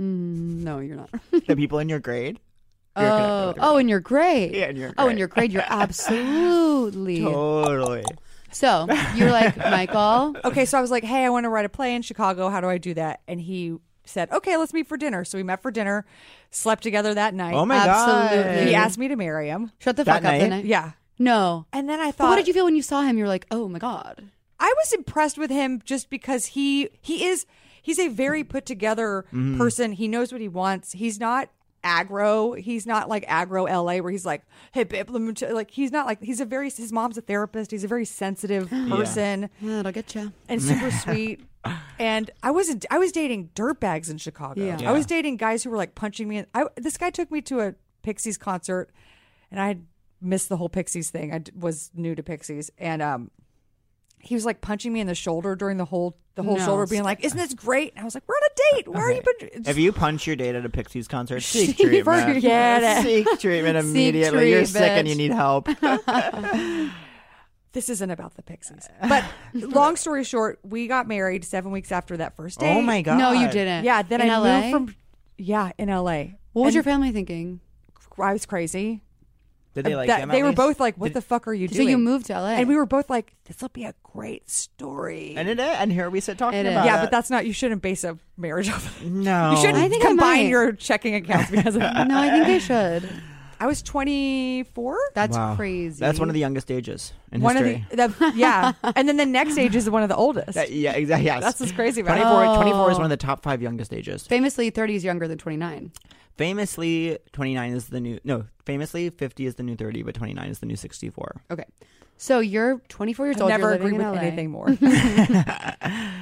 Mm, no, you're not. the people in your grade. You're connected oh, with your oh, grade. and you're great. Yeah, and you're Oh, and great. you're great. You're absolutely. totally. So you're like Michael. okay, so I was like, "Hey, I want to write a play in Chicago. How do I do that?" And he said, okay, let's meet for dinner. So we met for dinner, slept together that night. Oh my Absolutely. god. He asked me to marry him. Shut the That fuck up. That night? night. Yeah. No. And then I thought, But what did you feel when you saw him? You were like, oh my god. I was impressed with him just because he he is he's a very put together person. He knows what he wants. He's not aggro. He's not like aggro LA where he's like, hey babe, let me t-" like he's not like he's a very his mom's a therapist. He's a very sensitive person Yeah, that'll get you. and super sweet. And I wasn't. I was dating dirtbags in Chicago. Yeah. I was dating guys who were like punching me. I this guy took me to a Pixies concert, and I had missed the whole Pixies thing. I d- was new to Pixies, and um, he was like punching me in the shoulder during the whole the whole No, shoulder, being like, "Isn't this great?" And I was like, "We're on a date. Where Okay. are you?" Been? If you punch your date at a Pixies concert, seek Forget treatment. it. Seek treatment immediately. You're sick and you treatment. need help. this isn't about the Pixies. But long story short, we got married seven weeks after that first date. oh my god. No, you didn't. Yeah. Then In I LA? moved from. Yeah, in L.A. What was And your family thinking? I was crazy. Did they like Uh, that- him at they were least? both like, "What Did- the fuck are you So doing?" you moved to LA, and we were both like, "This will be a great story." And it and here we sit talking It is. about Oh. yeah, it. but that's not. You shouldn't base a marriage off. no. You shouldn't I think I combine might. your checking accounts because of Uh, that. No, I think I should. I was twenty four. That's Wow. crazy. That's one of the youngest ages in One history. of the, the yeah, and then the next age is one of the oldest. That- yeah, exactly. Yes. That's what's crazy about it. Oh. 24, 24 is one of the top five youngest ages. famously 30 is younger than 29. Famously, 29 is the new, no, famously, 50 is the new 30, but 29 is the new 64. Okay, so you're 24 years I old. never you're agree living with in LA. anything more.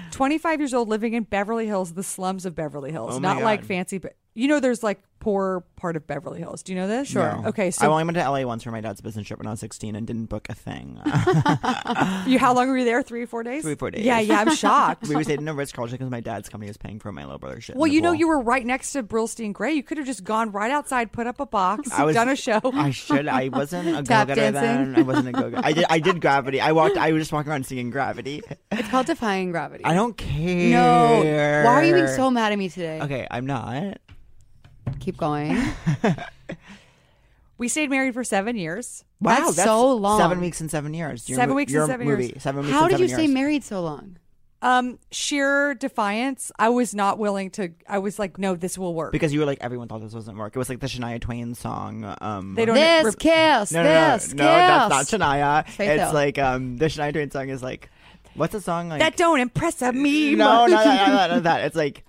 Twenty five years old, living in Beverly Hills, the slums of Beverly Hills, Oh my not like God. fancy. But you know, there's like poor part of Beverly Hills. Do you know this? Sure. No. Okay, I so only went to LA once for my dad's business trip when I was 16 and didn't book a thing. you how long were you there? Three, four days. Three, four days. Yeah, yeah. I'm shocked. we were stayed in a Ritz Carlton because my dad's company was paying for my little brother shit. in Well, the you know, pool. you were right next to Brillstein Gray. You could have just gone right outside, put up a box, I was done a show. I should. I wasn't a go Tap getter then. dancing. I wasn't a go getter. I did. I did gravity. I walked. I was just walking around singing gravity. It's called defying gravity. I don't care. No, why are you being so mad at me today? Okay, I'm not. Keep going. we stayed married for seven years. Wow, That's so long. Seven weeks and seven years. Your Seven mo- weeks and your seven movie. years. Seven weeks How and did seven you stay years. married so long? Um, sheer defiance. I was not willing to. I was like, no, this will work. Because you were like everyone thought this wasn't work. It was like the Shania Twain song. Um, They don't- This rep- kiss, No, no, no, this kiss. no, that's not Shania. Faith it's Hill. like um, the Shania Twain song is like, what's the song like? that don't impress me. no, no, no, no, no, no, that. It's like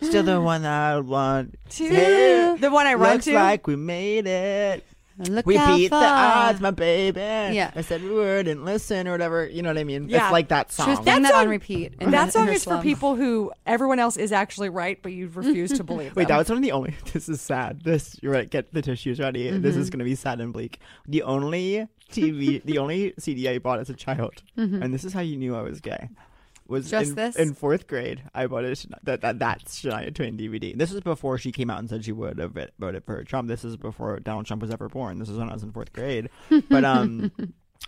still the one I want. To- the one I run Looks to. like we made it. Look We how beat far. the odds, my baby. Yeah. I said we were didn't listen or whatever. You know what I mean? Yeah. It's like that She was song. playing That that on song- repeat. in her- that in song her is for slum. people who everyone else is actually right, but you refuse to believe. Wait, that them. was one of the only. This is sad. This you're right. Get the tissues ready. This is going to be sad and bleak. The only TV, the only CD I bought as a child, and this is how you knew I was gay. Was Just in, this? in fourth grade? I bought a Shania- that that that's Shania Twain DVD. This is before she came out and said she would have it- voted for Trump. This is before Donald Trump was ever born. This is when I was in fourth grade. But um,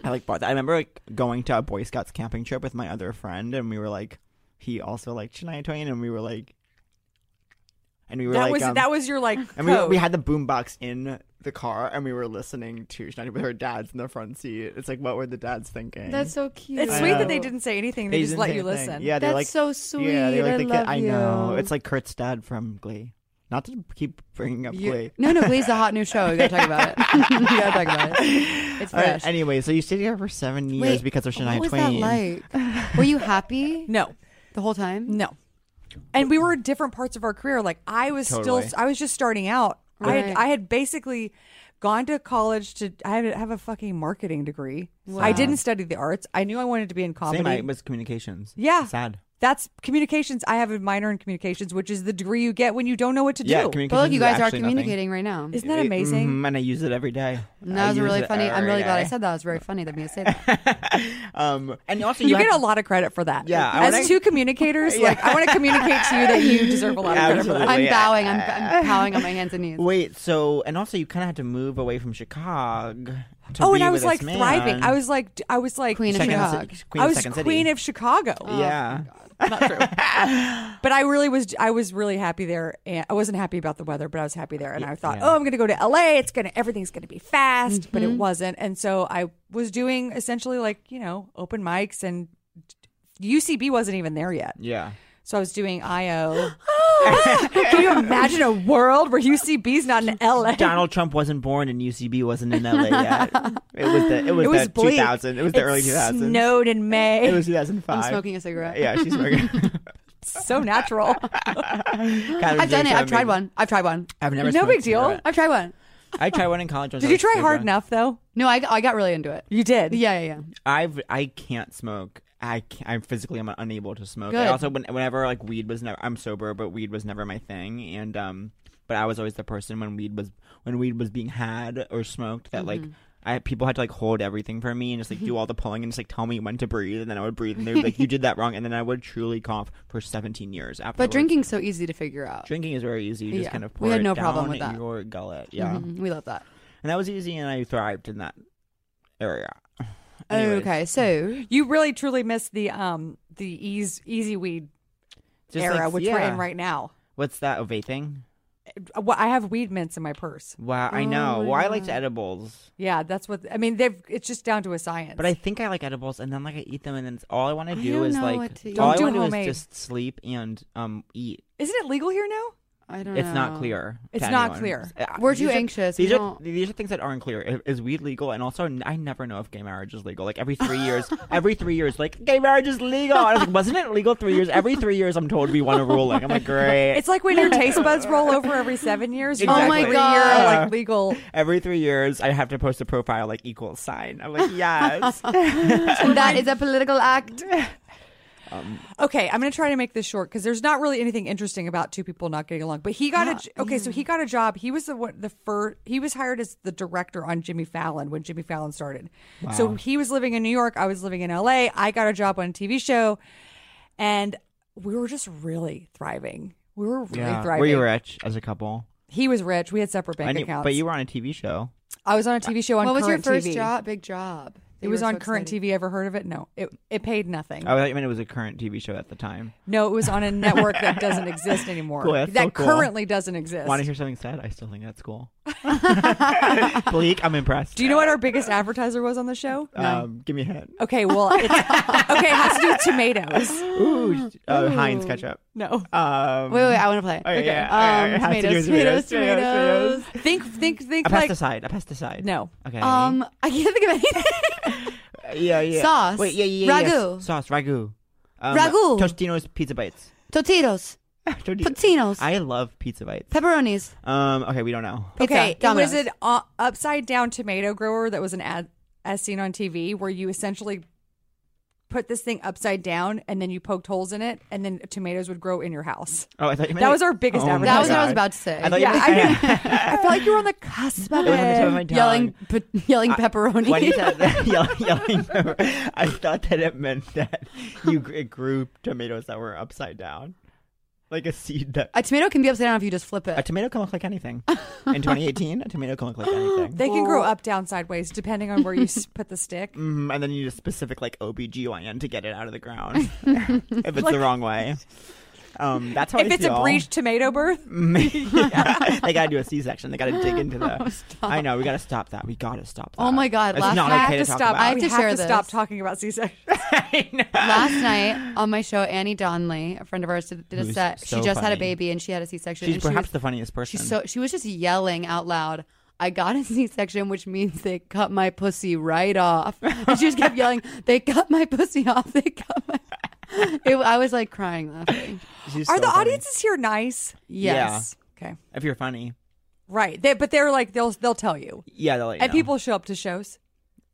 I like bought that. I remember like going to a Boy Scouts camping trip with my other friend, and we were like, he also liked Shania Twain, and we were like, and we were that like, was um, that was your like. and we, code. we had the boombox in the car, and we were listening to Shania with her dads in the front seat. It's like, what were the dads thinking? That's so cute. it's sweet that they didn't say anything. They, just didn't let say you a thing. listen. Yeah, they're That's like so sweet. Yeah, they were like I the kid- love I know. you. It's like Kurt's dad from Glee. Not to keep bringing up You- Glee. No, no, Glee's a hot new show. You gotta talk about it. you gotta talk about it. It's All right, fresh. anyway, so you stayed here for seven years Wait, because of Shania what was Twain. that like? Were you happy No, the whole time? No. And we were at different parts of our career. Like I was Totally. still, I was just starting out. I had, Right. I had basically gone to college to. I had- I have a fucking marketing degree. I didn't study the arts. I knew I wanted to be in comedy. Same, I was communications. yeah, sad. That's communications. I have a minor in communications, which is the degree you get when you don't know what to Yeah, do. communications. But look, you is guys are actually nothing. communicating right now. Isn't that amazing? Mhm, and I use it every day. And I that was use really it funny. I'm every really glad I day. said that. It was very funny that me to say that. Um, and also You have get to- a lot of credit for that. Yeah, I As wanna- two communicators, like I want to communicate to you that you deserve a lot of credit for that. I'm Absolutely. bowing. I'm, I'm bowing on my hands and knees. Wait, so and also you kind of had to move away from Chicago. To Oh, be and I with was this like man. thriving. I was like, I was like Queen of Second Chicago. ci- I was Second City. queen of Chicago. yeah. Not true. But I really was I was really happy there and I wasn't happy about the weather, but I was happy there and I thought, yeah. Mm-hmm. "Oh, I'm going to go to LA. It's going to everything's going to be fast." But it wasn't. And so I was doing essentially like, you know, open mics and UCB wasn't even there yet. Yeah. So I was doing IO. Can you imagine a world where UCB's not in LA? Donald Trump wasn't born and UCB wasn't in LA yet. It was the it was, It was the bleak. 2000. It was the It early 2000s. Snowed in May. it was 2005. I'm smoking a cigarette. Yeah, she's smoking. so natural. I've done it. I've tried one. I've tried one. I've never. No smoked big a deal. cigarette. I've tried one. I tried one in college. when I Did you was try so hard drunk. enough though? No, I, I got really into it. You did. Yeah, yeah, yeah. I've I can't smoke. I can't, I'm physically I'm unable to smoke. I Good. also when, whenever like weed was never I'm sober, but weed was never my thing. And um, but I was always the person when weed was when weed was being had or smoked that Mm-hmm. like. I, people had to like hold everything for me and just like do all the pulling and just like tell me when to breathe and then I would breathe and they'd be like you did that wrong and then I would truly cough for 17 years after. But drinking's so easy to figure out. drinking is very easy. You just Yeah. kind of pour We had it no problem down with that. your gullet. Yeah, Mhm. We love that. and that was easy and I thrived in that area. Anyways, Okay, so You really truly missed the um the ease easy weed just, era, like, which we're yeah. in right now. What's that Ove thing? Uh, well, I have weed mints in my purse. Wow, Oh, I know. Well, I liked edibles, Yeah, that's what I mean. They've it's just down to a science. but I think I like edibles, and then like I eat them, and then it's- all I want to do don't is know like what to eat. all I Don't want to do do is homemade. just sleep and um eat. isn't it legal here now? I don't. It's not know. clear. to It's not anyone. clear. Uh, We're these too are- anxious. These We are don't- these are things that aren't clear. I- Is weed legal? And also, n- I never know if gay marriage is legal. Like every three years, every three years, like gay marriage is legal. And I was like, wasn't it legal three years? Every three years, I'm told we want a ruling. I'm like, great. It's like when your taste buds roll over every seven years. you Oh have my every God. year, like legal. every three years, I have to post a profile like equal sign. I'm like, yes. And that is a political act. Okay, I'm gonna try to make this short because there's not really anything interesting about two people not getting along. But he got a j- okay, so he got a job. He was the one, the first. He was hired as the director on Jimmy Fallon when Jimmy Fallon started. So he was living in New York. I was living in L.A. I got a job on a TV show, and we were just really thriving. We were really thriving. Were you rich as a couple? He was rich. We had separate bank And you- accounts. but you were on a TV show. I was on a TV show on. What was your Current first TV. job? Big job. It was on current TV. Ever heard of it? No. It it paid nothing. Oh, I mean, it was a current TV show at the time. no, it was on a network that doesn't exist anymore. Cool, that's so that cool. currently doesn't exist. Want to hear something sad? I still think that's cool. Bleak, I'm impressed. Do you know what our biggest advertiser was on the show? Um, give me a hint. Okay, well, it's, okay, it has to do with tomatoes. Ooh, uh, Heinz ketchup. No, Um, Wait, wait, I want to play. oh, yeah, yeah, yeah, Um, it has to do tomatoes, with tomatoes, tomatoes, tomatoes. think, think, think A like pesticide. A pesticide. no. Okay. Um, I can't think of anything. yeah, yeah. sauce. Wait, yeah, yeah, yeah, yeah. Ragu. Sauce. Ragu. Um, Ragu. Tostino's pizza bites. Totitos, Totinos. I love pizza bites. pepperonis. Um. Okay, we don't know. Pizza, okay, it was Domino's. an uh, upside down tomato grower that was an ad as seen on TV, where you essentially put this thing upside down and then you poked holes in it, and then tomatoes would grow in your house. Oh, I thought you meant That was our biggest my advertiser. That was what I was God. about to say. I thought Yeah, you I, meant knew- I felt like you were on the cusp of It was on the tip of my it. tongue. yelling, pe- yelling pepperoni. When he said that, yell, yelling, pepper, I thought that it meant that you gr- it grew tomatoes that were upside down, like a seed that a tomato can be upside down if you just flip a it. tomato can look like anything. In 2018, a tomato can look like anything. They can grow up, down, sideways, depending on where you s- put the stick. Mhm, and then you need a specific like OBGYN to get it out of the ground if it's the wrong way. Um, that's how If I it's a feel. breech tomato birth, Yeah, they gotta do a C-section. They gotta dig into the. I know we gotta stop that. We gotta stop that. Oh my God, it's last not night- I okay have to talk stop. about. I have we to have share to this. stop talking about C-section. I know. Last night on my show, Annie Donnelly, a friend of ours, did did a Who's set. so she just had funny. a baby and she had a C-section. She's and she perhaps was- the funniest person. She's so she was just yelling out loud. I got a C-section, which means they cut my pussy right off. And she just kept yelling, "They cut my pussy off. They cut my." It, I was like crying laughing. She's Are so the funny. audiences here nice? Yes. Okay. If you're funny, Right. They, but they're like they'll they'll tell you. yeah, they'll let you know. And people show up to shows.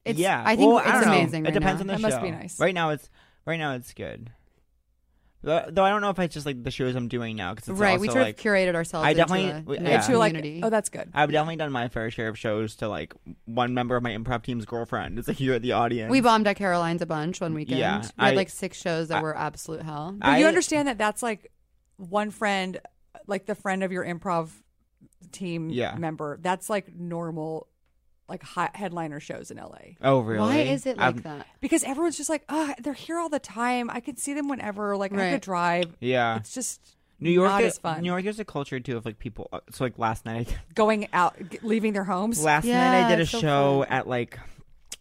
It's, yeah, I think Well, it's don't know. amazing. It right depends now. on the That show. must be nice. Right now, it's right now it's good. Though though I don't know if it's just like the shows I'm doing now because right, we also, sort like, of curated ourselves. I into definitely- a we- nice yeah. And you're like, community. oh, that's good. I've definitely done my fair share of shows to like one member of my improv team's girlfriend. It's like you're the audience. we bombed at Caroline's a bunch one weekend. Yeah, we had I- like six shows that I- were absolute hell. But you I- understand that that's like one friend, like the friend of your improv team Yeah. member. That's like normal, like hi- headliner shows in LA. Oh really? Why is it like I've- that? Because everyone's just like, oh, they're here all the time. I could see them whenever. Like I Right. could drive. Yeah. It's just New York not i- as fun. New York is a culture too of like people. uh, So like last night, going out, g- leaving their homes. last Yeah, night I did a it's so show at like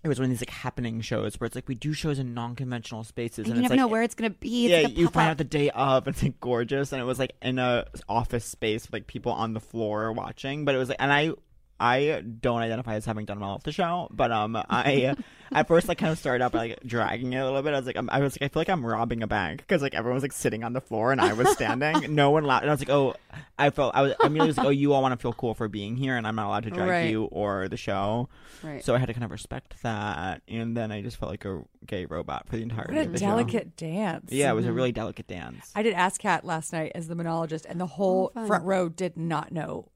it was one of these like happening shows where it's like we do shows in non-conventional spaces, You and it's never like know where it's gonna be. It's yeah, like a you find out pop-up. the day of. It's like gorgeous, and it was like in a office space, with, like people on the floor watching. But it was like, and I, I don't identify as having done well at the show, but um, I at first like kind of started out by like dragging it a little bit. I was like, I'm, I was like, I feel like I'm robbing a bank because like everyone was like sitting on the floor and I was standing. no one allowed, and I was like, oh, I felt I was I immediately was like, oh, you all want to feel cool for being here, and I'm not allowed to drag Right. you or the show. Right. So I had to kind of respect that, and then I just felt like a gay robot for the entire. What a of the show. delicate dance. Yeah, it was a really delicate dance. Mm-hmm. I did Ask Cat last night as the monologist, and the whole front row did not know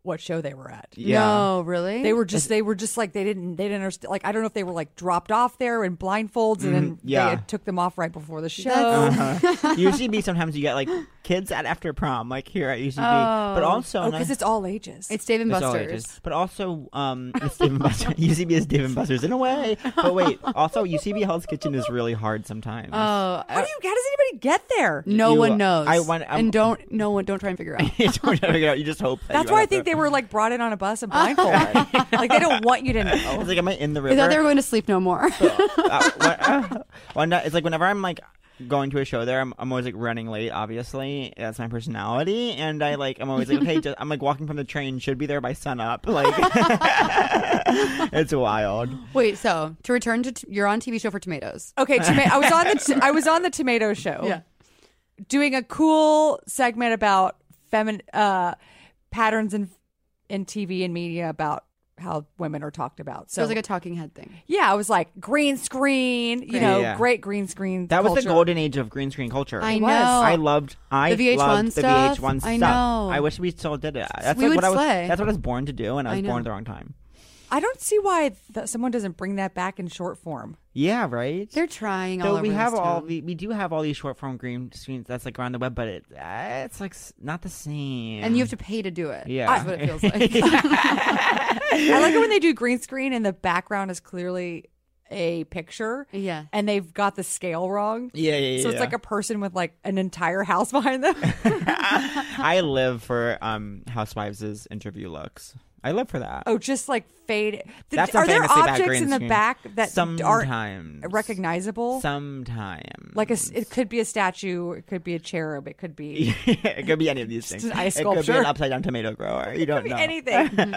what show they were at. yeah. No, really. They were just they were just like they didn't they didn't understand like I don't know if they were like dropped off there in blindfolds and then Mm-hmm. yeah. they had took them off right before the show. That's- Uh-huh. UCB sometimes you get like kids at after prom, like here at UCB. but also, oh, because it's all ages. It's Dave and it's all Buster's. ages. But also, um, it's Dave and Buster's. UCB is Dave and Buster's in a way. But wait, also UCB Hell's Kitchen is really hard sometimes. Oh, how do you how does anybody get there? no Uh, You- one knows. I want- I'm- and don't no one don't try and figure out. you don't figure out. You just hope. That That's you why I end think up they were like brought in on a bus and blindfolded. like they don't want you to there. I know. was like, am I in the river? I thought they were going to sleep no more. uh, when- uh, when I- it's like whenever I'm like going to a show there, I'm, I'm always like running late. Obviously, that's my personality, and I like I'm always like, okay, just, I'm like walking from the train, should be there by sunup. Like, it's wild. Wait, so to return to t- you're on TV show for Tomatoes. Okay, toma- I was on the t- I was on the tomato show. Oh, doing a cool segment about femin uh patterns in in TV and media about how women are talked about. So So it was like a talking head thing. yeah, I was like green screen, you know, Yeah. great green screen. That was culture. the golden age of green screen culture. I It know. was. I loved. I The VH1 loved the stuff? VH1 stuff. I know. I wish we still did it. That's We like would what I was. slay. That's what I was born to do, and I I was know. born at the wrong time. I don't see why th- someone doesn't bring that back in short form. Yeah, right. They're trying all so over we this have all town. we, we do have all these short form green screens that's like around the web, but it uh, it's like s- not the same. and you have to pay to do it. Yeah. That's what it feels like. I like it when they do green screen and the background is clearly a picture. Yeah. And they've got the scale wrong. Yeah, yeah, yeah. So it's like a person with like an entire house behind them. I live for um Housewives' interview looks. I live for that. Oh, just like fade. The- That's a are there fantasy back objects green in the screen. back that aren't sometimes recognizable? Sometimes, like a, s- it could be a statue, it could be a cherub, it could be, it could be any of these things. an ice it could be sculpture. an upside down tomato grower. You could don't be know. anything.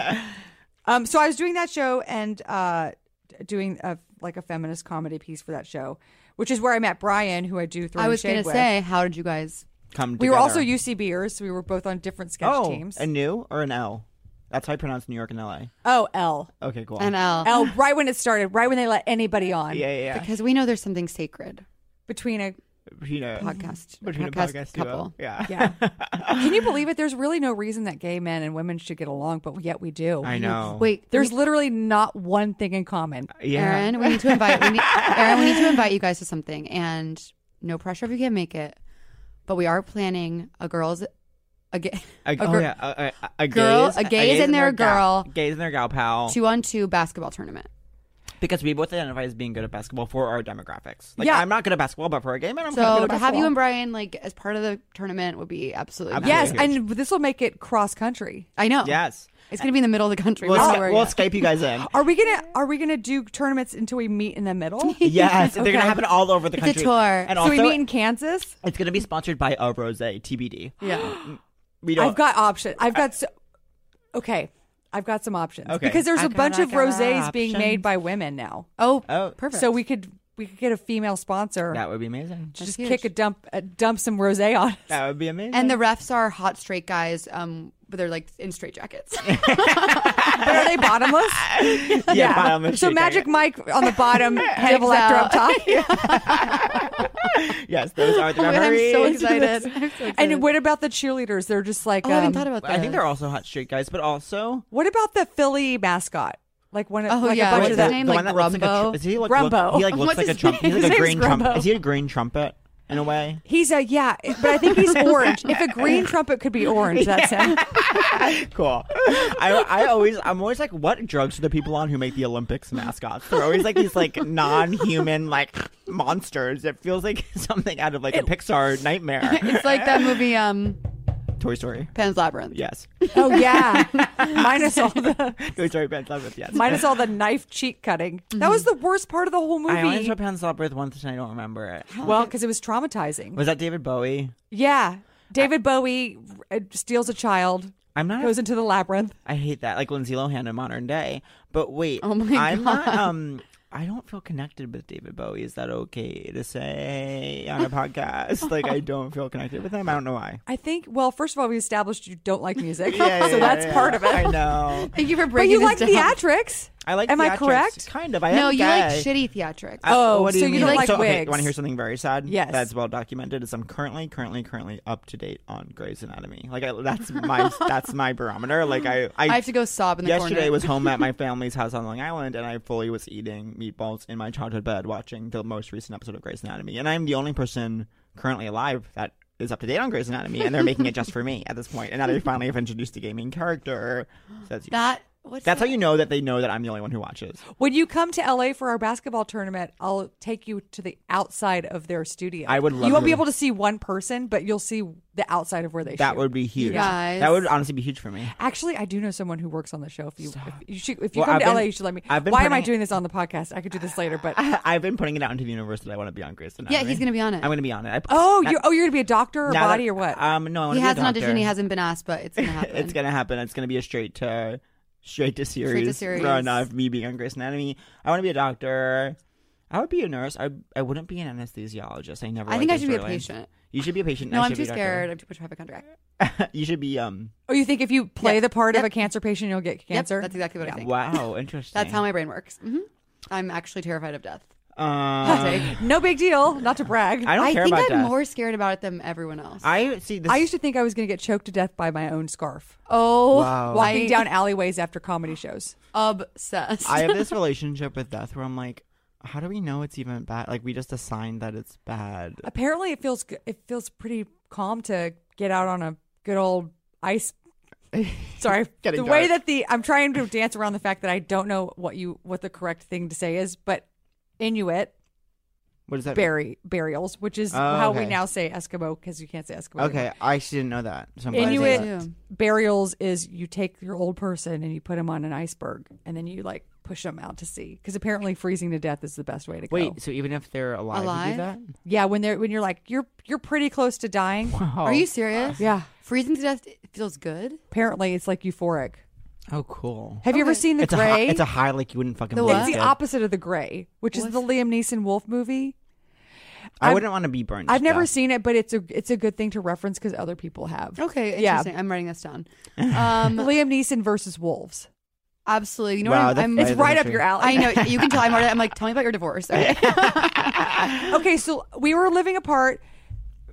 um, so I was doing that show and uh, d- doing a like a feminist comedy piece for that show, which is where I met Brian, who I do throw I was shade going to with. say, how did you guys? Come we were also together. UCBers, so we were both on different sketch oh teams. a new or an L. That's how I pronounce New York and LA. oh, L. Okay, cool. And Al, L, right when it started, right when they let anybody on yeah, yeah, yeah. because we know there's something sacred. between a You know, Podcast, between a podcast, podcast duo. couple. Yeah, Yeah. Can you believe it? There's really no reason that gay men and women should get along, but yet we do. I know. Wait, There's we- literally not one thing in common. Oh. yeah. Aaron. We need to invite. We need, Aaron, we need to invite you guys to something, and no pressure if you can't make it. But we are planning a girls, a gay, A, oh, gir- yeah, a, a, a girl- gays, a gays and their gal- girl. gays and their gal pal. two on two basketball tournament. Because we both identify as being good at basketball for our demographics. Like, Yeah. I'm not good at basketball, but for a gay man, I'm kinda So good to at have you basketball. and Brian like as part of the tournament would be absolutely. Absolutely. magic. Yes, huge. and this will make it cross country. I know. Yes. It's gonna be in the middle of the country. We'll, That's Sky- where- we'll Skype you guys in. Are we gonna Are we gonna do tournaments until we meet in the middle? Yes, they're gonna Okay. happen all over the It's a country. tour. And so also, we meet in Kansas. it's gonna be sponsored by a rose TBD. yeah. We don't. I've got options. I've got so. Okay, I've got some options Okay. because there's I a got- bunch I of got rosés being options. made by women now. Oh, Oh. perfect. So we could we could get a female sponsor. that would be amazing. to just huge. kick a dump, uh, dump some rosé on. us. That would be amazing. and the refs are hot straight guys, um, but they're like in straight jackets. But are they bottomless? yeah, biometry So data. Magic Mike on the bottom, head of Electra out. up top. Yes, those are the Wait, I'm so memories. excited. I'm so excited. And what about the cheerleaders? They're just like, oh, I haven't um, thought about that. I think they're also hot straight guys, but also what about the Philly mascot? Like one, Oh, like yeah, a what's bunch of Wait, his that. name? the like one that looks like a Grumbo? tr- is he like Grumbo. Look, he like looks What's like a his trump. name? He's like a His green name's trumpet. Grumbo. Is he a green trumpet in a way? He's a yeah, but I think he's orange. If a green trumpet could be orange, that's him. Cool. I, I always I'm always like, what drugs are the people on who make the Olympics mascots? They're always like these like non-human like monsters. It feels like something out of like a Pixar nightmare. it's like that movie, um, Toy Story. Pan's Labyrinth. Yes. Oh yeah, minus all the Toy Story Pan's Labyrinth. Yes. minus all the knife cheek cutting. That was the worst part of the whole Mm-hmm. I only movie. saw Pan's Labyrinth once and I don't remember it. Well, because it was traumatizing. Was that David Bowie? yeah, David Bowie uh, steals a child, I'm not. goes into the labyrinth. I hate that. Like Lindsay Lohan in Modern Day. But wait. Oh my I'm not. Um. I don't feel connected with David Bowie. Is that okay to say on a podcast? like I don't feel connected with him. I don't know why. I think. Well, first of all, we established you don't like music, Yeah, so yeah, that's yeah, part yeah. of it. I know. Thank you for But breaking you like this down. theatrics. I like. Am I theatrics, correct? Kind of. I No, am you like gay. shitty theatrics. I- Oh, what do so you, you mean? don't like so, okay, wigs. want to hear something very sad? Yes. that's well documented. Is I'm currently, currently, currently up to date on Grey's Anatomy. Like I, that's my that's my barometer. Like I, I, I have to go sob in the yesterday corner. was home at my family's house on Long Island, and I fully was eating meatballs in my childhood bed, watching the most recent episode of Grey's Anatomy. And I'm the only person currently alive that is up to date on Grey's Anatomy, and they're making it just for me at this point. And now they finally have introduced a gaming character. So that's that. What's that's that? how you know that they know that I'm the only one who watches. Oh, When you come to LA for our basketball tournament, I'll take you to the outside of their studio. I would love You won't be to- able to see one person, but you'll see the outside of where they That shoot. would be huge. guys. That would honestly be huge for me. Actually, I do know someone who works on the show. If you if you, should, if you Well, come I've to been- LA, you should let me. I've been Why am I putting- doing this on the podcast? I could do this later, but I've been putting it out into the universe that I want to be on Grey's Anatomy. Yeah, he's gonna be on it. I'm going to be on it. I, oh, I- you oh you're gonna be a doctor or now body that- or what? Um, no, I want He to be a has an doctor. audition. He hasn't been asked, but it's gonna happen. It's gonna happen. It's gonna be a straight to straight to series, series. run of me being on Grey's Anatomy. I want to be a doctor. I would be a nurse. I I wouldn't be an anesthesiologist. I never. I liked think I those should be a storylines. patient. You should be a patient. No, I I'm should be too a doctor. scared. I'm too much of a contract. you should be um. oh, you think if you play Yep. the part of Yep. a cancer patient, you'll get cancer? Yep, that's exactly what I think. Wow, interesting. That's how my brain works. hmm I'm actually terrified of death. Um, no big deal. Not to brag. I I, don't I care think about I'm death. more scared about it than everyone else. I see. This, used to think I was gonna get choked to death by my own scarf oh, Wow. walking I- down alleyways after comedy shows. obsessed. I have this relationship with death where I'm like, how do we know it's even bad? Like we just assign that it's bad. Apparently, it feels g- it feels pretty calm to get out on a good old ice. Sorry, the Getting way dark. that the I'm trying to dance around the fact that I don't know what you what the correct thing to say is, but Inuit What does that? mean? bury burials, which is Oh, how we okay. now say Eskimo because you can't say Eskimo. Okay, I actually didn't know that. So I'm glad you Inuit said that. Yeah. burials is you take your old person and you put them on an iceberg and then you like push them out to sea because apparently freezing to death is the best way to go. Wait, so even if they're alive, you Alive? do that? Yeah, when they're when you're like you're you're pretty close to dying. Are you serious? Yeah, Freezing to death it feels good. apparently it's like euphoric. Oh, cool. Have you ever seen the It's a, high, Gray? it's a high like you wouldn't fucking The believe. what? It's the Deb. opposite of the Gray, which is the Liam Neeson Wolf movie. I I've- wouldn't want to be burned. I've to never death. seen it, but it's a it's a good thing to reference because other people have. Okay, Yeah. interesting. I'm writing this down. Um, Liam Neeson versus wolves. absolutely. You know Wow, what? Uh, that's I'm, right, I'm It's Right That's up true. your alley. I know you can tell I'm already. I'm like, tell me about your divorce. Okay. okay, so we were living apart.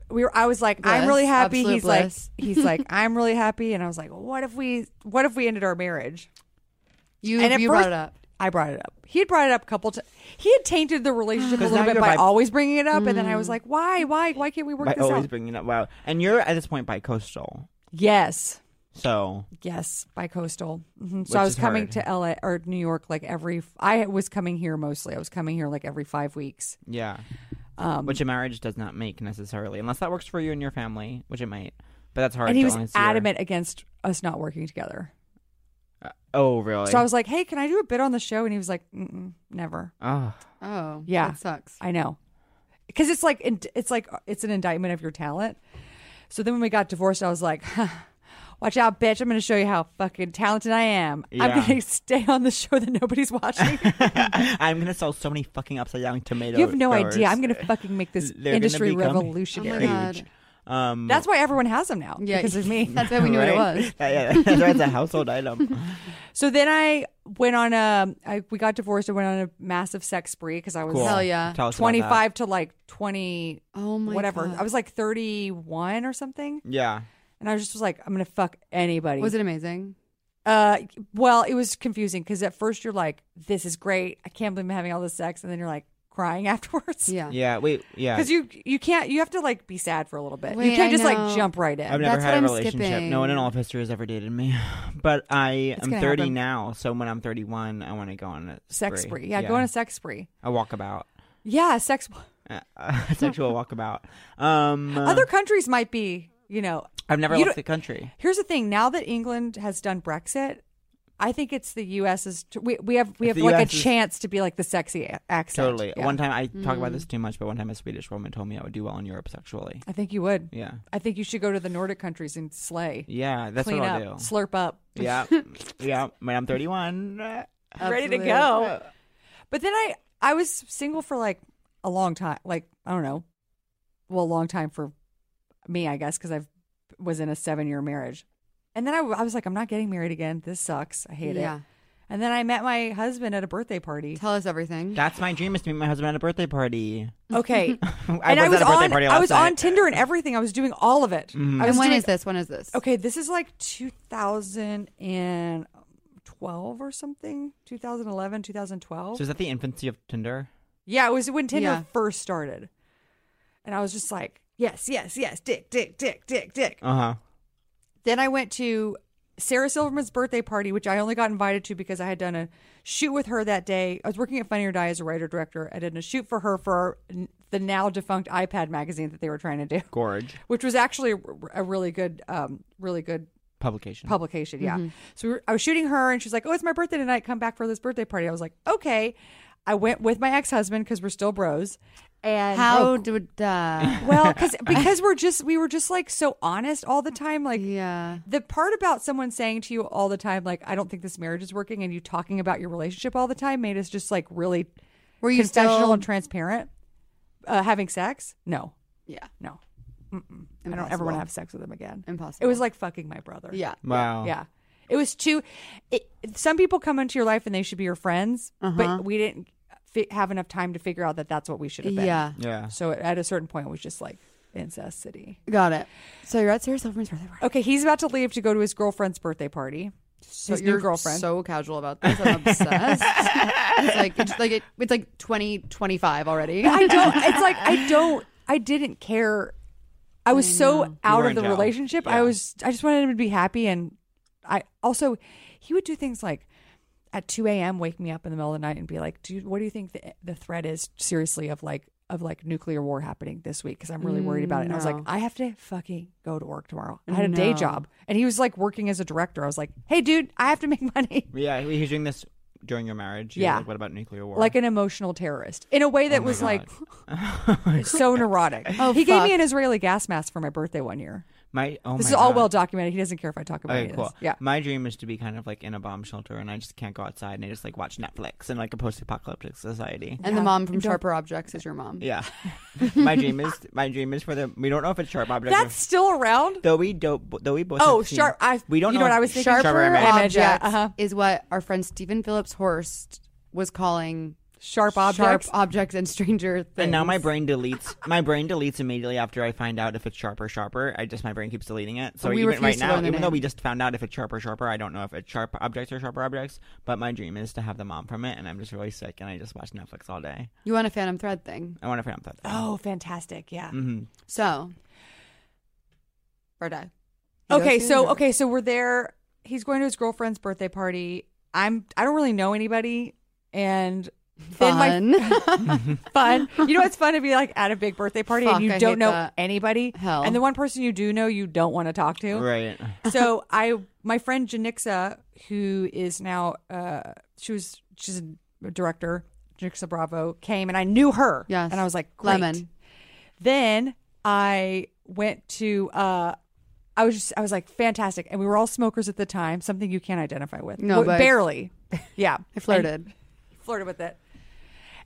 We were. I was like, I'm Bliss, really happy. absolute He's bliss. like, he's like, I'm really happy. And I was like, well, what if we, what if we ended our marriage? You And at you brought first- it up. I brought it up. He had brought it up a couple times. He had tainted the relationship a 'Cause now little bit you're by bi- always bringing it up, and then I was like, why, why, why can't we work By this always out? bringing up wow, and you're at this point by coastal, yes, so yes, by coastal. hmm Which So I was is coming hard. to LA or New York like every. I was coming here mostly. I was coming here like every five weeks. yeah. Um, which a marriage does not make necessarily, unless that works for you and your family, which it might. But that's hard. And he to was honestly hear. adamant against us not working together. Oh, really? So I was like, "Hey, can I do a bit on the show?" And he was like, Mm-mm, "Never." oh, Oh, Yeah. that sucks. I know, because it's like it's like it's an indictment of your talent. So then when we got divorced, I was like, "Watch out, bitch! I'm going to show you how fucking talented I am. I'm Yeah. going to stay on the show that nobody's watching. I'm gonna sell so many fucking upside down tomatoes. you have no idea. I'm going to fucking make this They're gonna industry become revolutionary." Oh my God. huge. Um, That's why everyone has them now. Yeah. because of me. That's why we knew what right? it was. Yeah, yeah. That's right. It's a household item. So then I went on a. I, we got divorced. I went on a massive sex spree because I was Cool. Hell yeah. Tell us about that. 25 to like 20 Oh my whatever God. i was like 31 or something Yeah. and i was just was like i'm gonna fuck anybody Was it amazing? uh well it was confusing because at first you're like this is great i can't believe i'm having all this sex and then you're like crying afterwards Yeah. Yeah. Wait. Yeah. because you you can't you have to like be sad for a little bit you Wait, can't I just know. like jump right in I've never That's had a what I'm relationship. No one in skipping. all of history has ever dated me. But I am gonna 30 happen. now, so when I'm 31, I want to go on a sex spree yeah, go on a sex spree a walkabout, yeah sex uh, a sexual walkabout. Um, other countries might be You know, I've never You left don't- the country. here's the thing: now that England has done Brexit, I think it's the U.S.'s. T- we we have we If have the like US a is- chance to be like the sexy a- accent. Totally. Yeah. Mm-hmm. One time I talk about this too much, but one time a Swedish woman told me I would do well in Europe sexually. I think you would. Yeah. I think you should go to the Nordic countries and slay, Yeah, that's clean what up, I'll do. slurp up. yeah. Yeah. When I'm 31. ready to Absolutely. go. But then I I was single for like a long time, like I don't know, well, a long time for me, I guess, because I was in a seven year marriage, and then I, w- I was like, I'm not getting married again. This sucks. I hate Yeah. it. And then I met my husband at a birthday party. Tell us everything. That's my dream is to meet my husband at a birthday party. Okay, I and I was at a birthday on party I last was on night. Mm-hmm. Tinder and everything. I was doing all of it. I was And when doing- is this? When is this? Okay, this is like 2012 or something, 2011, 2012. So is that the infancy of Tinder? Yeah, it was when Tinder Yeah. first started. And I was just like, yes, yes, yes, dick, dick, dick, dick, dick. Uh huh. Then I went to Sarah Silverman's birthday party, which I only got invited to because I had done a shoot with her that day. I was working at Funny or Die as a writer director. I did a shoot for her for the now defunct iPad magazine that they were trying to do, Gorge which was actually a, a really good, um, really good publication. publication. Yeah. Mm-hmm. So we were, I was shooting her, and she's like, "Oh, it's my birthday tonight. Come back for this birthday party." I was like, "Okay." I went with my ex husband because we're still bros. And How Oh, do uh, well, because because we're just we were just like so honest all the time. Like yeah. the part about someone saying to you all the time, like, "I don't think this marriage is working," and you talking about your relationship all the time made us just like really Were you confessional still? and transparent. Uh, having sex? No, yeah. no. Mm-mm. I don't ever want Impossible. to have sex with him again. It Impossible. was like fucking my brother. Yeah. Wow. Yeah. It was too. It, some people come into your life and they should be your friends, Uh-huh. but we didn't fi- have enough time to figure out that that's what we should have been. Yeah. Yeah. So at a certain point, it was just like incest city. Got it. So you're at Sarah Silverman's birthday party. Okay, he's about to leave to go to his girlfriend's birthday party. So his you're new girlfriend. So casual about this. I'm obsessed. it's like it's like it, it's like 20, 25 already. I don't. It's like I don't. I didn't care. I was so out were of the in jail. relationship. Yeah. I was. I just wanted him to be happy, and I also he would do things like at two a.m. wake me up in the middle of the night and be like, "Dude, what do you think the the threat is seriously of like of like nuclear war happening this week? Because I'm really worried about it." And I was like, no. "I have to fucking go to work tomorrow. I had a day No. job, and he was like working as a director. I was like, "Hey, dude, I have to make money." Yeah. he- He's doing this during your marriage. He was Yeah. Like, what about nuclear war? Like an emotional terrorist in a way Oh that was like so neurotic. Oh, he gave fuck. me an Israeli gas mask for my birthday one year. my oh This my is all God. well documented. He doesn't care if I talk about Okay, it. cool. Yeah. My dream is to be kind of like in a bomb shelter and I just can't go outside and I just like watch Netflix in like a post apocalyptic society. And the mom from Sharper Objects is your mom. Yeah. my dream is my dream is for the we don't know if it's sharp object. or- That's still around. though we don't though we both Oh, have seen- Sharp- I- we don't you know know what if- I was thinking? Sharper, Sharper Image. Objects Image, yeah, uh-huh. is what our friend Stephen Phillips Horst was calling Sharp objects. sharp objects and stranger things. And now my brain deletes. My brain deletes immediately after I find out if it's sharper, sharper. I just my brain keeps deleting it. So We even refuse right to now, learn the even though name. we just found out if it's sharper, sharper, I don't know if it's sharp objects or sharper objects. But my dream is to have them on from it, and I'm just really sick, and I just watch Netflix all day. you want a Phantom Thread thing. I want to find out that. Thing. oh, fantastic. Yeah. Mm-hmm. So, or die. You go Okay, soon so or- okay, so we're there. He's going to his girlfriend's birthday party. I'm I don't really know anybody and then my- Fun. fun. You know what's fun to be like at a big birthday party Fuck, and you I hate don't know that. anybody. Hell. And the one person you do know you don't want to talk Oh, to. Right. so I, my friend Janixa, who is now, uh, she was she's a director. Janixa Bravo came, and I knew her. Yes. and I was like, Great. Lemon. Then I went to. Uh, I was just, I was like, fantastic, and we were all smokers at the time. Something you can't identify with, No, Well, but- barely. Yeah, I flirted. flirted with it.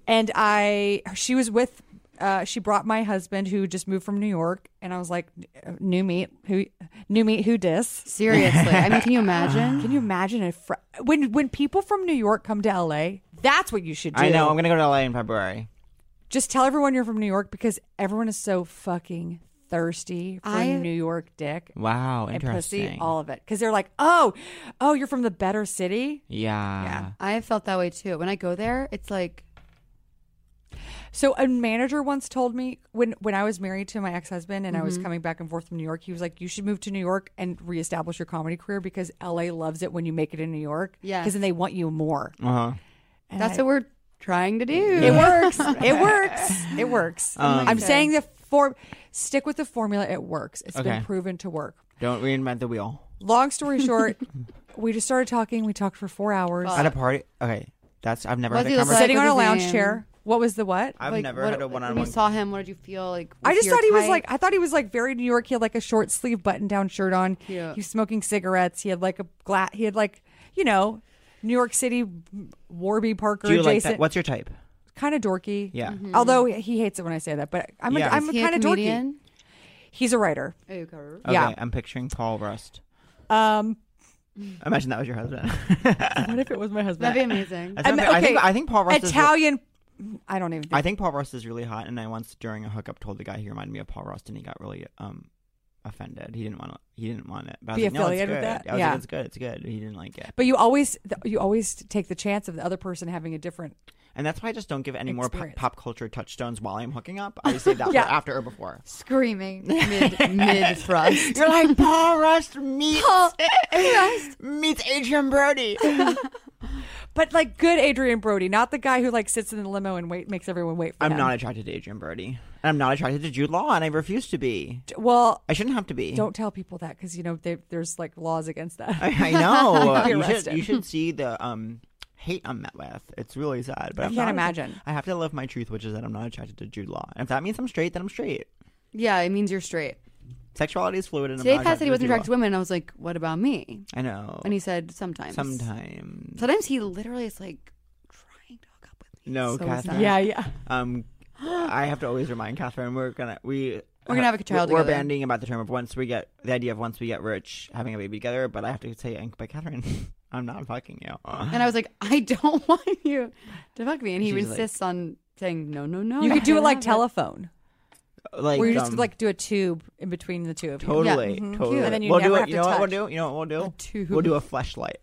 And I, she was with, uh, she brought my husband who just moved from New York, and I was like, new meat, who, new meat, who dis? Seriously. I mean, can you imagine? Can you imagine if fr- when when people from New York come to LA? That's what you should do. I know. I'm gonna go to LA in February. Just tell everyone you're from New York because everyone is so fucking thirsty for I- New York dick Wow. and Interesting. pussy, all of it. Because they're like, oh, oh, you're from the better city. yeah. I have felt that way too. When I go there, it's like, So a manager once told me when when I was married to my ex husband and I was coming back and forth from New York, he was like, "You should move to New York and reestablish your comedy career because LA loves it when you make it in New York. Yes. because then they want you more. Uh huh. And that's I- what we're trying to do. It works. it works. It works. I'm saying the form. Stick with the formula. It works. It's Okay. been proven to work. Don't reinvent the wheel. Long story short, we just started talking. We talked for four hours. At a party. Okay. That's I've never What had do a you look conversation. sitting Like, on what's a his lounge name? chair. What was the what? I've Like, never what- had a when one-on-one. You saw him. What did you feel like? I was just your thought he was type? like I thought he was like very New York. He had like a short sleeve button down shirt on. Cute. He was smoking cigarettes. He had like a glass. He had like you know New York City Warby Parker Do you like adjacent. that? What's your type? kind of dorky? Yeah. Although he hates it when I say that, but I'm Yeah. a, I'm Is He a kind of dorky. comedian? He's a writer. Okay. Okay, Yeah. I'm picturing Paul Rust. Um, Imagine that was your husband. what if it was my husband? That'd be amazing. That's I'm- what I'm- I think okay. I think Paul Rust is re- Italian. I don't even. Think. I think Paul Rust is really hot, and I once during a hookup told the guy he reminded me of Paul Rust, and he got really um offended. He didn't want to. He didn't want it. But I was Be like, no, it's affiliated with good. that? I was Yeah. like, it's good. It's good. He didn't like it, but you always th- you always take the chance of the other person having a different. and that's why I just don't give any more pop, Experience. pop culture touchstones while I'm hooking up. I say that Yeah. for after or before. Screaming mid mid thrust. You're like Paul Rust meets Oh. meets Adrian Brody. But like good Adrian Brody, not the guy who like sits in the limo and wait makes everyone wait for I'm him. not attracted to Adrian Brody, and I'm not attracted to Jude Law, and I refuse to be. well, I shouldn't have to be. don't tell people that because you know they, there's like laws against that. I, I know. Be you, should, arrested. you should see the um, hate I'm met with. It's really sad. But I can't imagine. I have to live my truth, which is that I'm not attracted to Jude Law. And if that means I'm straight, then I'm straight. Yeah, it means you're straight. Sexuality is fluid. And Today, I'm not Pat said he wasn't attracted attracted to women. and I was like, "What about me?" Jude Law. I know. And he said, "Sometimes." Sometimes. Sometimes he literally is like trying to hook up with me. No, So is Catherine. that- yeah, yeah. Um, I have to always remind Catherine we're gonna we We're gonna have a child We're together. banding about the term of once we get the idea of once we get rich having a baby together. But I have to say, but Catherine, I'm not fucking you. And I was like, "I don't want you to fuck me," and he She's like- insists on saying, "No, no, no." You could do it like telephone. telephone, like where you just um, like do a tube in between the two of you. Totally, Yeah. totally. Mhm. Cute. And Mm-hmm. then you we'll do never it. have you to know what touch. we'll do? You know what we'll do? tube. We'll do a flashlight.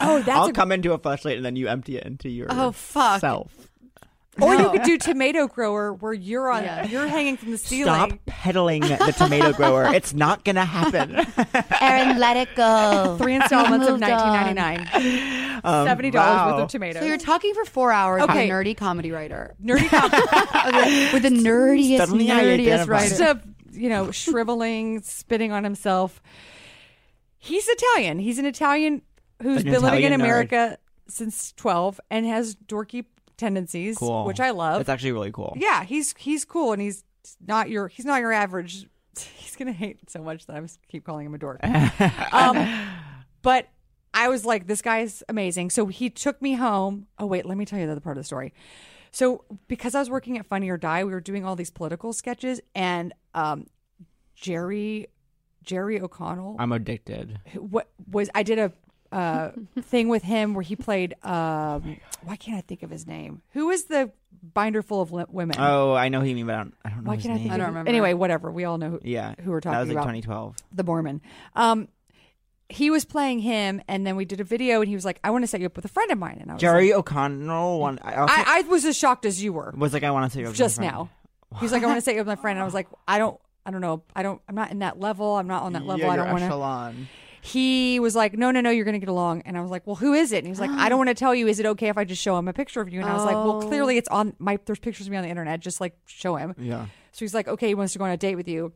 Oh, that's I'll a- come into a flashlight and then you empty it into your Oh, fuck. self. Or you No. could do tomato grower where you're on Yeah. you're hanging from the ceiling. Stop peddling the tomato grower. It's not gonna happen. Aaron, let it go. Three installments of Moved on. 1999. Um, $70 worth wow. of tomatoes. So you're talking for four hours Okay. with a nerdy comedy writer, nerdy cop. Okay, with the nerdiest, Suddenly I nerdiest identify. Just writer. a, you know, shriveling, spitting on himself. He's Italian. He's an Italian who's An been living Italian in nerd. America since 12 and has dorky tendencies, Cool. which I love. It's actually really cool. yeah, he's he's cool and he's not your he's not your average. He's gonna hate it so much that I just keep calling him a dork. um, but I was like, this guy's amazing. So he took me home. Oh wait, let me tell you the other part of the story. So because I was working at Funny or Die, we were doing all these political sketches, and um, Jerry Jerry O'Connell I'm addicted. what was I did a uh, thing with him where he played. Um, why can't I think of his name? Who is the binder full of li- women? Oh, I know who you mean, but I don't, I don't know why his can't I name. think? I of don't his- remember. Anyway, whatever. We all know who, yeah, who we're talking That was like about. 2012. the Mormon. Um, he was playing him, and then we did a video, and he was like, "I want to set you up with a friend of mine." And I was Jerry O'Connell. One. I, also like, I, "I was as shocked as you were was like, I want to say your just girlfriend. now." He was like, "I want to set you up with my friend," and I was like, "I don't." I don't know. I don't. I'm not in that level. I'm not on that level. Yeah, I don't your want to echelon. he was like, no, no, no, you're going to get along. And I was like, well, who is it? And he was like, I don't want to tell you. Is it okay if I just show him a picture of you? And I was like, well, Oh. clearly it's on my, there's pictures of me on the internet. Just like show him. Yeah. So he's like, okay, he wants to go on a date with you.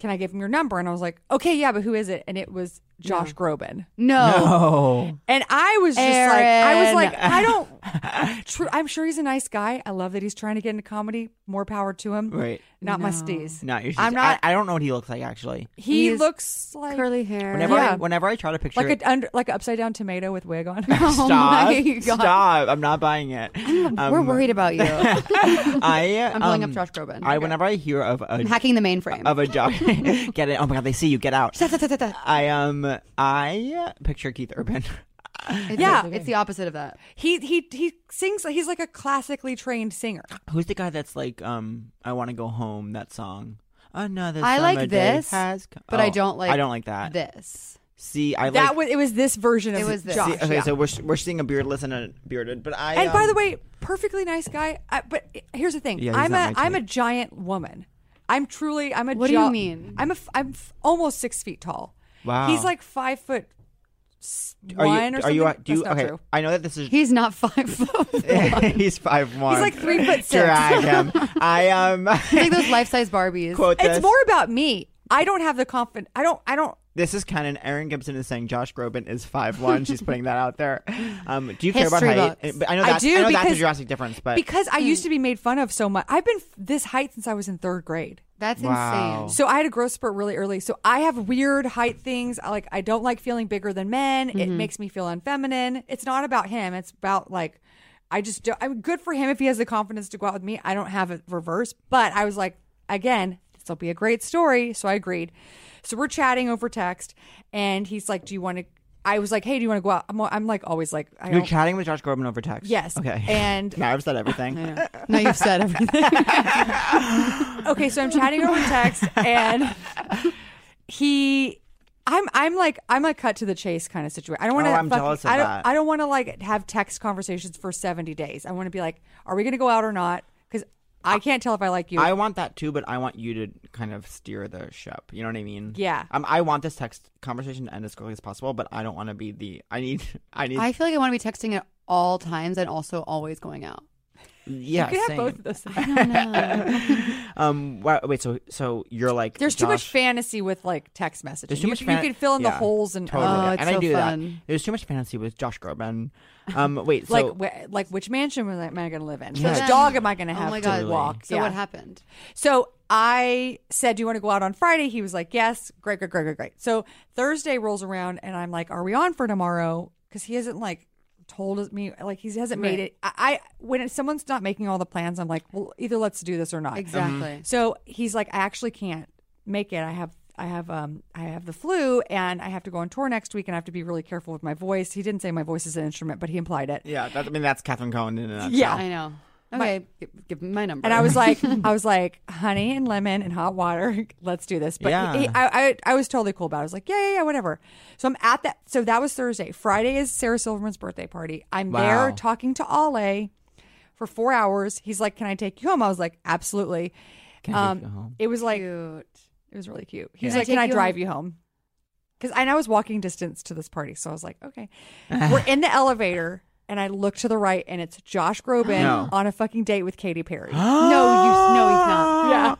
Can I give him your number? And I was like, okay, yeah, but who is it? And it was Josh Groban. no, Oh, And I was just like, I was Aaron. like, I don't, tr- I'm sure he's a nice guy. I love that he's trying to get into comedy. More power to him. right. Not my steez. No, you're just, I'm not, I, I don't know what he looks like actually. he He's looks like, curly hair. Whenever I, Yeah. whenever I try to picture like a, under, like an upside down tomato with wig on. Oh Stop. my God. Stop. I'm not buying it. We're Um, worried about you. I'm I, I'm pulling up Josh Groban. Um, I, whenever I hear of a, hacking the mainframe. of a job, get it. Oh my God, they see you. Get out. I, um, I picture Keith Urban. It's Yeah. the- it's the opposite of that. He he he sings. He's like a classically trained singer. Who's the guy that's like, um, I want to go home, that song? Another I like summer day this, has come- but I Oh, don't like I don't like that. This. See, I that like was it. Was this version of It was this. Josh? See, okay, yeah. so we're we're seeing a beardless and a bearded, but I and by um, the way, perfectly nice guy. I, but here's the thing. Yeah, he's I'm not a my I'm a type. giant woman. I'm truly I'm a. What do jo- you mean? I'm a f- I'm f- almost six feet tall. Wow. He's like five foot s- Are you? one or are something. you? uh, Do you? That's not Okay. true. I know that this is. He's not five foot. one. he's five one. He's like three foot six. Drag him. I um. He's like those life size Barbies. quote this. It's more about me. I don't have the confidence. I don't. I don't. This is canon. Aaron Gibson is saying Josh Groban is five one. She's putting that out there. Um, do you care about History height? books. But I know I that's, do know that's a because- drastic difference, but Because Hmm. I used to be made fun of so much. I've been f- this height since I was in third grade. That's Wow. insane. So I had a growth spurt really early. So I have weird height things. I like I don't like feeling bigger than men. It Mm-hmm. makes me feel unfeminine. It's not about him. It's about like I just don't I'm good for him if he has the confidence to go out with me. I don't have it reverse, but I was like again, this'll be a great story, so I agreed. So we're chatting over text and he's like, "Do you want to I was like, "Hey, do you want to go out?" I'm, I'm like always like I you're don't- chatting with Josh Groban over text. Yes. Okay. And- now I've said everything. No, you've said everything. okay, so I'm chatting over text and he I'm I'm like I'm a cut to the chase kind of situation. I don't want to Oh, I'm jealous of I don't, that. I don't want to like have text conversations for 70 days. I want to be like, are we going to go out or not? Cuz I can't tell if I like you. I want that too, but I want you to kind of steer the ship. You know what I mean? Yeah. Um, I want this text conversation to end as quickly as possible, but I don't want to be the. I need. I need. I feel like I want to be texting at all times and also always going out. yeah. you can same. have both of those. things. Um. Wait. wait, So. So you're like. There's too much Josh- fantasy with like text messaging. There's too you, much. you fan- can fill in the yeah, holes and uh, totally. Oh, yeah. it's and I so do that. fun. There's too much fantasy with Josh Groban. Um. Wait. So like wh- like which mansion am I going to live in? Yeah. Which Then- dog am I going to Oh have my to god! walk? So Yeah. what happened? So I said, Do you want to go out on Friday? He was like, Yes. Great, great, great, great, great. So Thursday rolls around and I'm like, Are we on for tomorrow? Because he hasn't like told us- me, like, he hasn't made it. I, I when someone's not making all the plans, I'm like, Well, either let's do this or not. Exactly. So he's like, I actually can't make it. I have I have um I have the flu and I have to go on tour next week and I have to be really careful with my voice. He didn't say my voice is an instrument, but he implied it. yeah. That, I mean, that's Catherine Cohen in a nutshell. Yeah. I know. Okay, give, give me my number. Oh. And I was like, I was like, honey and lemon and hot water. Let's do this. But Yeah. he- I, I, I was totally cool about it. I was like, yeah, yeah, yeah, whatever. So I'm at that. So that was Thursday. Friday is Sarah Silverman's birthday party. I'm Wow. there talking to Ale for four hours. He's like, can I take you home? I was like, absolutely. Um, Can I take you home? It was like, cute. it was really cute. He's Yeah. like, Can I can I take you drive home?" you home? Because and I was walking distance to this party, so I was like, okay. We're in the elevator, and I look to the right, and it's Josh Groban No. on a fucking date with Katy Perry. No, you. No, he's not. yeah.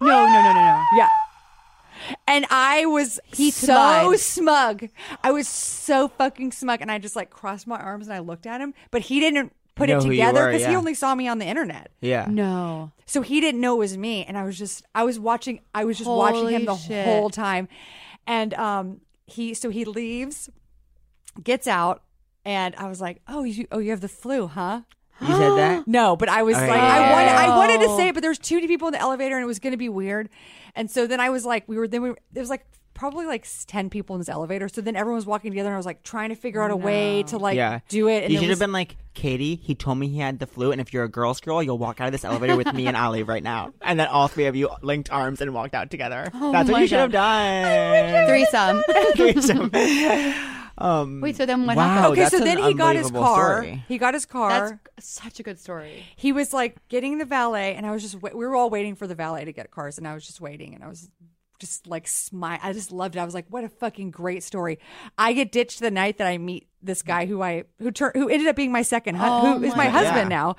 No, no, no, no, no. Yeah. And I was He so smudged. smug. I was so fucking smug. And I just like crossed my arms and I looked at him, but he didn't put Know it who you together were, because he yeah. only saw me on the internet. Yeah. No. So he didn't know it was me. And I was just, I was watching, I was just watching Holy him the shit. whole time. And um, he, so he leaves, gets out. And I was like, "Oh, you, oh, you have the flu, huh?" You said that. No, but I was Okay, like, yeah, I yeah, wanted, yeah. I wanted to say it, but there's too many people in the elevator, and it was going to be weird. And so then I was like, we were then we were, there was like probably like ten people in this elevator. So then everyone was walking together, and I was like trying to figure out a way to like yeah. do it. And you it should was, have been like, Katie, he told me he had the flu, and if you're a girl's girl, you'll walk out of this elevator with me and Ali right now. And then all three of you linked arms and walked out together. Oh That's what my you should have God. done. Threesome. um, Wait. So then what wow, happened? okay. So that's then an he got his unbelievable car. story. He got his car. That's such a good story. he was like getting the valet, and I was just wait- we were all waiting for the valet to get cars, and I was just waiting, and I was just like smile. I just loved it. I was like, what a fucking great story. I get ditched the night that I meet this guy who I who tur- who ended up being my second hu- Oh who is my my husband Yeah. now,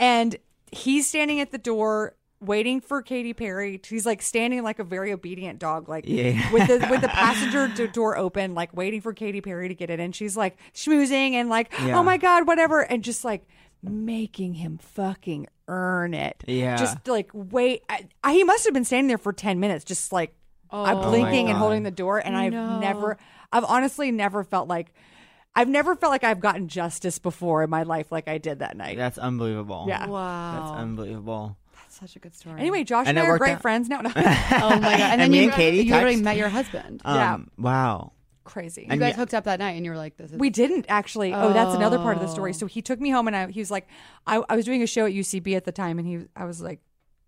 and he's standing at the door. Waiting for Katy Perry. He's like standing like a very obedient dog, like Yeah. with the with the passenger d- door open, like waiting for Katy Perry to get in. And she's like schmoozing and like, Yeah. oh my god, whatever, and just like making him fucking earn it. Yeah. Just like wait, I, I, he must have been standing there for ten minutes, just like Oh. I'm Oh my blinking God. and holding the door, and No. I've never, I've honestly never felt like, I've never felt like I've gotten justice before in my life like I did that night. That's unbelievable. Yeah. That's Oh. Wow. unbelievable. That's such a good story. Anyway, Josh And and, it I are worked great out. friends. No, no, Oh my god. And, then me you, and Katie you already text. met your husband. Um, Yeah. Wow. crazy. you and guys yeah. hooked up that night, and you were like, "This is." We didn't actually. Oh, that's another part of the Oh. story. So he took me home, and I, he was like, I, I was doing a show at UCB at the time, and he, I was like,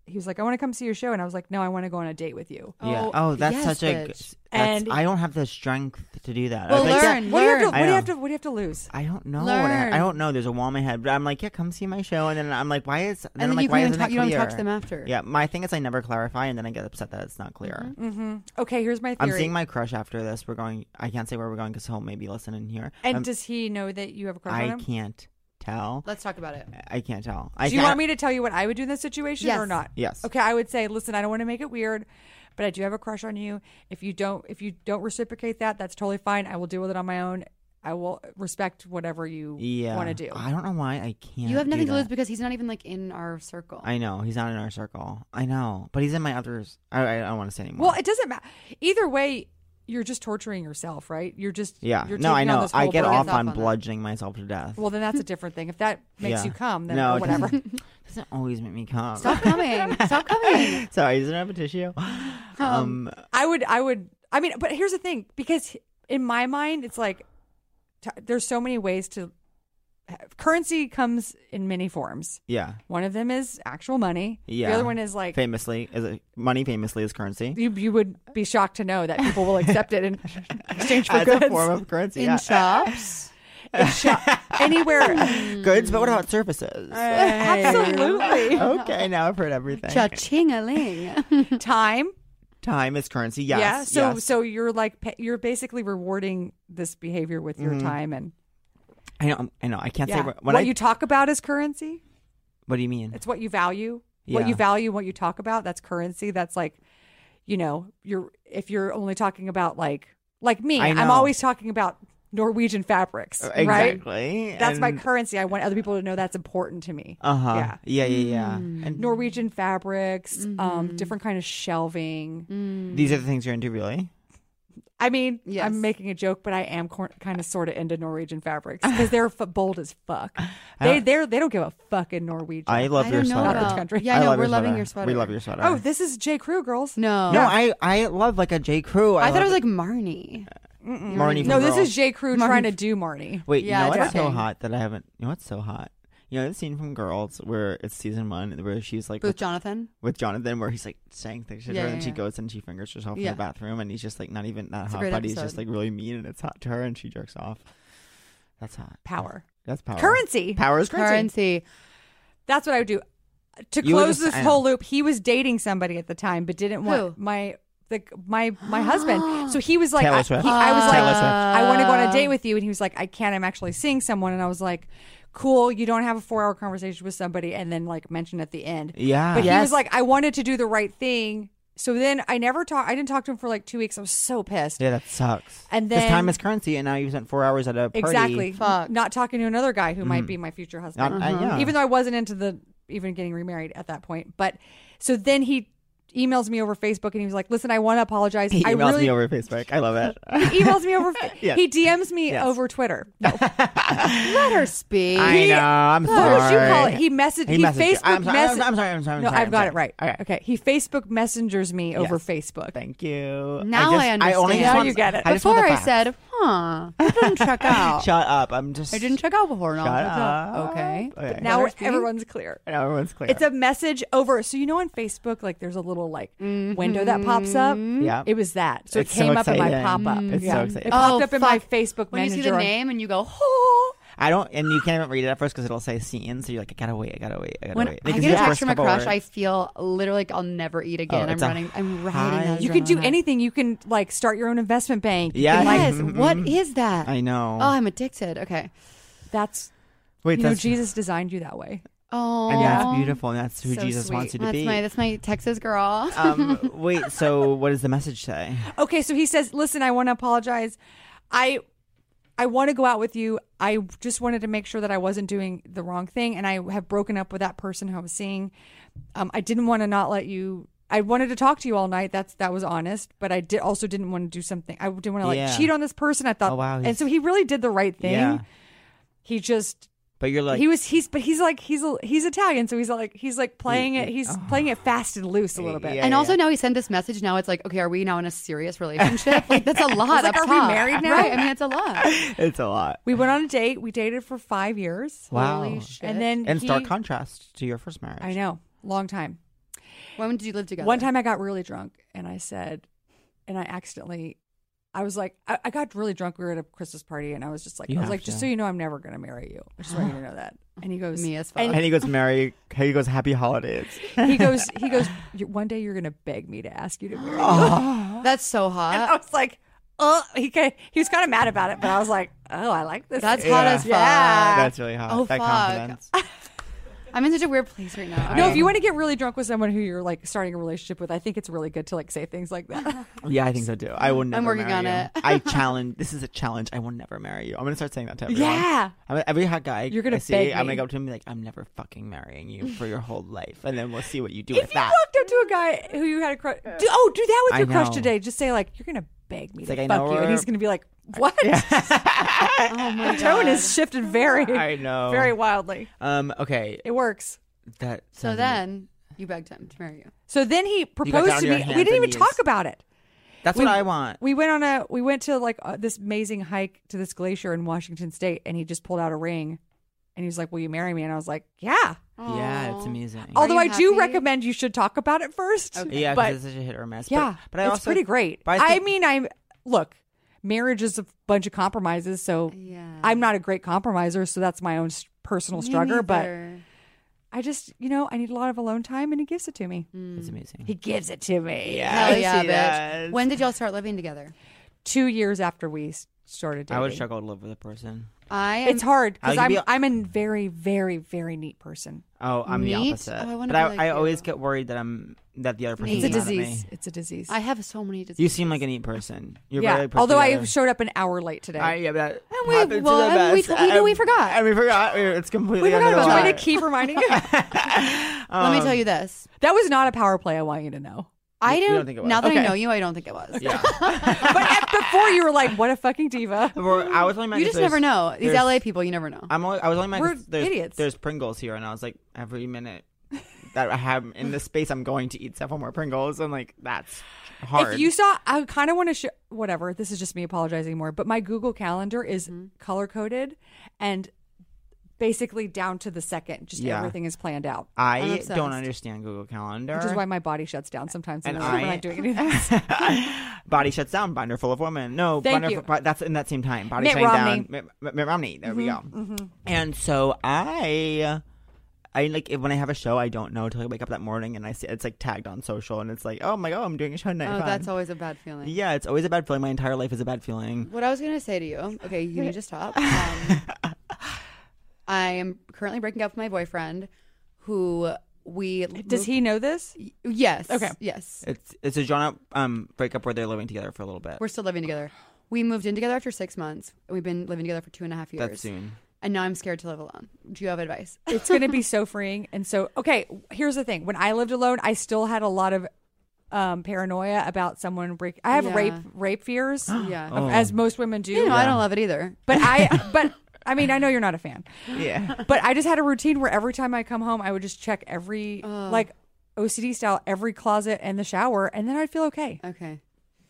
he was like, I want to come see your show. And I was like, no, I want to go on a date with you. yeah. Oh, Oh, that's yes, such a. bitch. That's, and And- I don't have the strength to do that. I Well, was like, yeah, learn, What do you have to, learn. what I do you know. have to, what do you have to lose? I don't know. What I, I Learn. don't know. There's a wall in my head, but I'm like, yeah, come see my show, and then I'm like, why is? And then I'm like, you why can't isn't talk- it you don't talk to clear? them after. Yeah, my thing is I never clarify, and then I get upset that it's not clear. hmm Okay, here's my I'm theory. seeing my crush after this. We're going. I can't say where we're going because he'll maybe listen in here. and Um, does he know that you have a crush on I him? can't tell. Let's talk about it. I can't tell. I Do you can't- want me to tell you what I would do in this situation or Yes. not? Yes. Okay, I would say, listen, I don't want to make it weird, but I do have a crush on you. If you don't, if you don't reciprocate that, that's totally fine. I will deal with it on my own. I will respect whatever you Yeah. want to do. I don't know why I can't. you have do nothing to that. lose because he's not even like in our circle. I know he's not in our circle. I know, but he's in my others. I, I don't want to say anymore. well, it doesn't matter. Either way, you're just torturing yourself, right? You're just yeah, You're no, I taking on know. this I whole get burden. off off on on that. bludgeoning myself to death. Well, then that's a different thing. If that makes Yeah. you come, then no, or it whatever. Doesn't, doesn't always make me come. Stop coming. Stop coming. Sorry, doesn't have a tissue. Um, I would, I would, I mean, but here's the thing because in my mind, it's like t- there's so many ways to currency comes in many forms. yeah, One of them is actual money. yeah. The other one is like famously is it, money. Famously is currency. you, you would be shocked to know that people will accept it in exchange for As goods. a form of currency. In yeah. shops. In shop- anywhere. Goods, but what about services? Uh, Absolutely. okay, now I've heard everything. Cha-ching-a-ling. Time. Time is currency. Yes. yeah. So yes. so you're like pa- you're basically rewarding this behavior with your time and I know. I know. I can't yeah. Mm-hmm. say what, what I. you talk about is currency. what do you mean? It's what you value. What Yeah. you value, what you talk about, that's currency. That's like, you know, you're if you're only talking about like like me, I I'm know. always talking about Norwegian fabrics, right? Exactly. That's my and- currency. I want other people to know that's important to me. Uh huh. Yeah. Yeah. Yeah. Yeah. And Norwegian fabrics, um, different kind of shelving. these are the things you're into, really. I mean, Yes. I'm making a joke, but I am cor- kind of sort of into Norwegian fabrics because they're f- bold as fuck. They they they don't give a fuck in Norwegian. I love I your don't know sweater. Not this about. country. Yeah, I I know. love We're your loving sweater. your sweater. We love your sweater. oh, this is J Crew girls. No. no, I I love like a J Crew. I, I thought it was love like Marnie. Marnie. no, from this Girls. is J Crew trying to do Marnie. Wait, Yeah, you know it's what's so okay. hot that I haven't? You know what's so hot? You know the scene from Girls where it's season one where she's like With with, Jonathan. with Jonathan where he's like saying things to Yeah, her yeah, and she yeah. goes and she fingers herself Yeah. in the bathroom and he's just like not even that It's a hot, great but he's episode. just like really mean and it's hot to her and she jerks off. That's hot. Power. That's power. Currency. Power is currency. Currency. That's what I would do. To You would close just- this I whole know. loop, he was dating somebody at the time, but didn't Who? want my the, my my husband. So he was like, Taylor I, Swift. he- I Ah. was Taylor like, Swift. I want to go on a date with you, and he was like, I can't. I'm actually seeing someone, and I was like, Cool. You don't have a four hour conversation with somebody, and then like mention at the end. Yeah. But he was Yes. like, I wanted to do the right thing. So then I never talked. I didn't talk to him for like two weeks. I was so pissed. Yeah, that sucks. And 'Cause time then- is currency, and now you spent four hours at a party. Exactly. Fuck. Not talking to another guy who might be my future husband. Mm. Not- uh, yeah. Even though I wasn't into the even getting remarried at that point. But so then he emails me over Facebook and he was like, "Listen, I want to apologize. He I emails really me over Facebook. I love it. He emails me over. Yes. He DMs me Yes. over Twitter. No, Let her speak. I know. I'm what sorry. would you call it? He messaged. He, messaged you. Facebook I'm sorry. I'm, messaged- I'm sorry. I'm sorry. I'm no, sorry, I've I'm got sorry. it right. Okay. Okay. He Facebook messengers me over Yes. Facebook. Thank you. Now just, I only just understand. Now want- you get it. I just want Before the I facts. said, huh, I didn't check out. shut up. I'm just. I didn't check out before. Now Shut I checked out. up. Okay. Okay. Let Now her speak. everyone's clear. Now everyone's clear. It's a message over. So you know on Facebook, like there's a little like window that pops up. Mm-hmm. Yeah. It was that. So It's it so came up in my exciting. pop up. Mm. It's so exciting. It popped Oh, up in my fuck. Facebook When you Messenger. see the name and you go, oh. I don't, and you can't even read it at first because it'll say seen. So you're like, I gotta wait. I gotta wait. I gotta When wait. I Because get a the text first from a couple crush, words- I feel literally like I'll never eat again. Oh, I'm it's a running. I'm riding. high. that You can do adrenaline. anything. You can like start your own investment bank. You Yeah. can, like, Yes. What is that? I know. Oh, I'm addicted. Okay. that's wait, you know that's- Jesus designed you that way. Oh, And that's beautiful. And that's who So Jesus wants you sweet. to that's be. My, that's my Texas girl. um, wait, so what does the message say? Okay, so he says, "Listen, I want to apologize. I I want to go out with you. I just wanted to make sure that I wasn't doing the wrong thing and I have broken up with that person who I was seeing. Um, I didn't want to not let you I wanted to talk to you all night. That's that was honest, but I did also didn't want to do something. I didn't want to like Yeah. cheat on this person. I thought Oh, wow, and he's- so he really did the right thing. Yeah. He just But you're like, he was he's but he's like he's a- he's Italian, so he's like he's like playing it he's playing it fast and loose a little bit. oh. Yeah, and yeah, also now he sent this message. Now it's like, okay, are we now in a serious relationship? Like that's a lot. up like, are we top. married now? Right. I mean, it's a lot. it's a lot. We went on a date. We dated for five years. Wow. Holy shit. And then And he, stark contrast to your first marriage. I know, long time. When did you live together? One time I got really drunk and I said, and I accidentally, I was like, I, I got really drunk. We were at a Christmas party and I was just like, You I was have like, just to. so you know, I'm never going to marry you. I just want you to know that. And he goes, me as fuck. and- And he goes, Merry, he goes, Happy Holidays. he goes, he goes, "You- one day you're going to beg me to ask you to marry me. Oh. That's so And I hot. was like, oh, he, ca- he was kind of mad about it, but I was like, oh, I like this. That's dude." hot as fuck. Yeah. That's really hot. Oh, that fuck. confidence. I'm in such a weird place right now. No, if you want to get really drunk with someone who you're like starting a relationship with, I think it's really good to like say things like that. Yeah, I think so too. I will never. working marry on you. it. I challenge. This is a challenge. I will never marry you. I'm gonna start saying that to everyone. yeah. I'm gonna- every hot guy You're gonna I see, beg I'm gonna me. go up to him and be like, "I'm never fucking marrying you for your whole life," and then we'll see what you do with If you that. walked up to a guy who you had a crush, do, oh, do that I with your crush know. today. Just say like, you're gonna beg me to like, I fuck know you, and her. he's gonna be like, what? oh my god. Tone has shifted very, I know. very wildly. Um. Okay. It works. That. So sounds- then you begged him to marry you. So then he down proposed to on your me. hands We didn't and even knees. talk about it. That's we- what I want. We went on a we went to like uh, this amazing hike to this glacier in Washington State, and he just pulled out a ring, and he was like, "Will you marry me?" And I was like, "Yeah." Yeah, it's amazing. Although you I do happy? recommend you should talk about it first. yeah, Oh, but because it's such a hit or miss. But- yeah, but, I it's also pretty great. but I, I think- mean, I'm look, marriage is a bunch of compromises, so Yeah. I'm not a great compromiser, so that's my own s- personal struggle. But I just, you know, I need a lot of alone time, and he gives it to me. It's amazing. He gives it to me. Mm. Hell I yeah, see bitch. that. When did y'all start living together? Two years after we s- started dating, I would struggle to live with a person. I am It's hard because I'll I'm give I'm a very very very neat person. Oh, I'm the Neat? opposite. Oh, I but wanna be I, like I you. always get worried that I'm that the other person's It's a mad at me. disease. It's a disease. I have so many diseases. You seem like a neat person. You're yeah. very put Although I together. showed up an hour late today. I, yeah, that we- happens well, to the and we- best. we- no, we forgot. And we forgot. We- It's completely We forgot under the about Way wire. to keep reminding you. Let um, me tell you this. That was not a power play. I want you to know. I don't didn't. think it was. Now that I Okay. know you, I don't think it was. Yeah. But at- before you were like, "What a fucking diva." We're- I was only mad You 'cause just never there's- know. These there's- LA people, you never know. I'm only, I was only mad We're 'cause there's, idiots. There's Pringles here, and I was like, every minute that I have in this space, I'm going to eat several more Pringles, and like that's hard. If you saw, I kind of want to show. Whatever. This is just me apologizing more. But my Google Calendar is Mm-hmm. color coded, and basically down to the second, just Yeah. everything is planned out. I'm I obsessed. don't understand Google Calendar. Which is why my body shuts down sometimes. And when I'm I- not doing anything. Body shuts down. Binder full of women. No, Thank binder you. Full, that's in that same time. Body Mitt shutting Romney. Mm-hmm, down. Mitt, Mitt- Mitt Romney. There we go. And so I, I like if, when I have a show, I don't know until I wake up that morning and I see it's like tagged on social and it's like, oh my god, I'm doing a show tonight. oh, fun. that's always a bad feeling. yeah. It's always a bad feeling. My entire life is a bad feeling. What I was gonna say to you, okay, you need to stop. Um, I am currently breaking up with my boyfriend, who we Does he know this? Yes. Okay. Yes. It's it's a genre um breakup where they're living together for a little bit. We're still living together. We moved in together after six months. and We've been living together for two and a half years. That's soon. And now I'm scared to live alone. Do you have advice? it's going to be so freeing and so okay here's the thing when i lived alone i still had a lot of um paranoia about someone break i have Yeah. rape rape fears Yeah. of- as most women do You know, I don't love it either. but i but i mean i know you're not a fan Yeah. but i just had a routine where every time i come home i would just check every like ocd style every closet and the shower and then i'd feel okay Okay.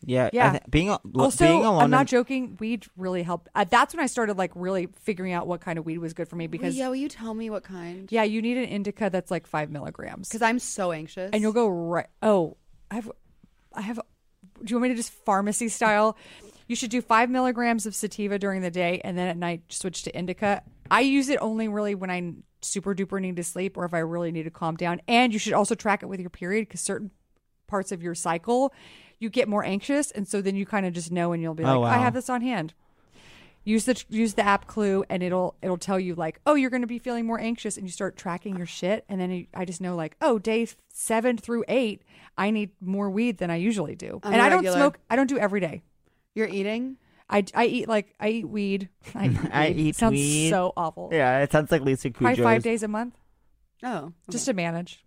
Yeah. Yeah. I thi- being al- lo- also, being alone. I'm not and- joking. Weed really helped. Uh, that's when I started like really figuring out what kind of weed was good for me because yeah, will you tell me what kind? yeah, you need an indica that's like five milligrams. Because I'm so anxious. and you'll go right. Oh, I have, I have. Do you want me to just pharmacy style? You should do five milligrams of sativa during the day, and then at night switch to indica. I use it only really when I super duper need to sleep or if I really need to calm down. And you should also track it with your period because certain parts of your cycle, you get more anxious, and so then you kind of just know, and you'll be like, Oh, I wow. have this on hand. Use the use the app Clue, and it'll it'll tell you like, oh, you're going to be feeling more anxious, and you start tracking your shit, and then I just know like, oh, day f- seven through eight, I need more weed than I usually do, I'm and I don't regular. smoke. I don't do every day. You're eating? I, I eat like I eat weed. I eat, weed. I eat Sounds weed. so awful. Yeah. It sounds like Lisa Cujo's. Probably five days a month Oh. just okay. to manage.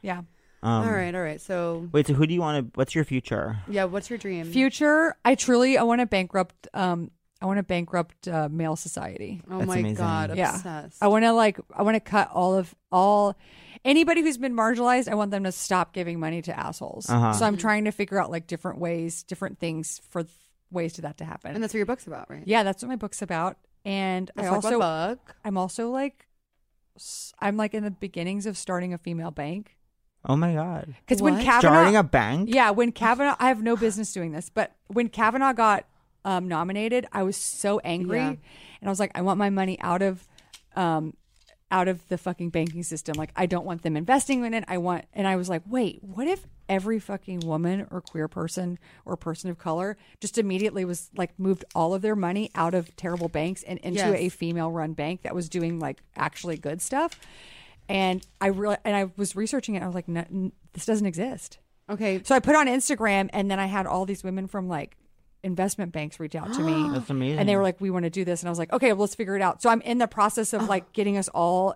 Yeah. Um, all right, all right. So, Wait. So who do you want to? What's your future? yeah, what's your dream? Future, I truly I want to bankrupt. Um, I want to bankrupt uh, male society. oh That's my amazing. God. Yeah. Obsessed. I want to like I want to cut all of all anybody who's been marginalized. I want them to stop giving money to assholes. Uh-huh. So I'm trying to figure out like different ways, different things for th- ways to that to happen. and that's what your book's about, right? yeah, that's what my book's about. And I Let's talk also about book. I'm also like s- I'm like in the beginnings of starting a female bank. Oh my god. Because when What? Kavanaugh, Starting a bank? yeah, when Kavanaugh, I have no business doing this, but when Kavanaugh got um, nominated, I was so angry, Yeah. and I was like, I want my money out of, um, out of the fucking banking system. Like, I don't want them investing in it. I want, and I was like, wait, what if every fucking woman or queer person or person of color just immediately was like moved all of their money out of terrible banks and into Yes. a female run bank that was doing like actually good stuff. And I really, and I was researching it. and I was like, no, n- this doesn't exist. Okay. So I put on Instagram, and then I had all these women from like investment banks reach out to me. That's amazing. And they were like, "We want to do this," and I was like, "Okay, well, let's figure it out." So I'm in the process Oh. of like getting us all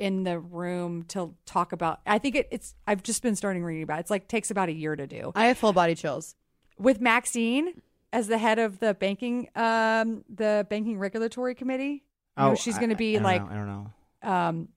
in the room to talk about. I think it, it's. I've just been starting reading about. It. It's like takes about a year to do I have full body chills. with Maxine as the head of the banking, um, the banking regulatory committee. You know, she's Oh, I- going to be I don't like know, I don't know. um,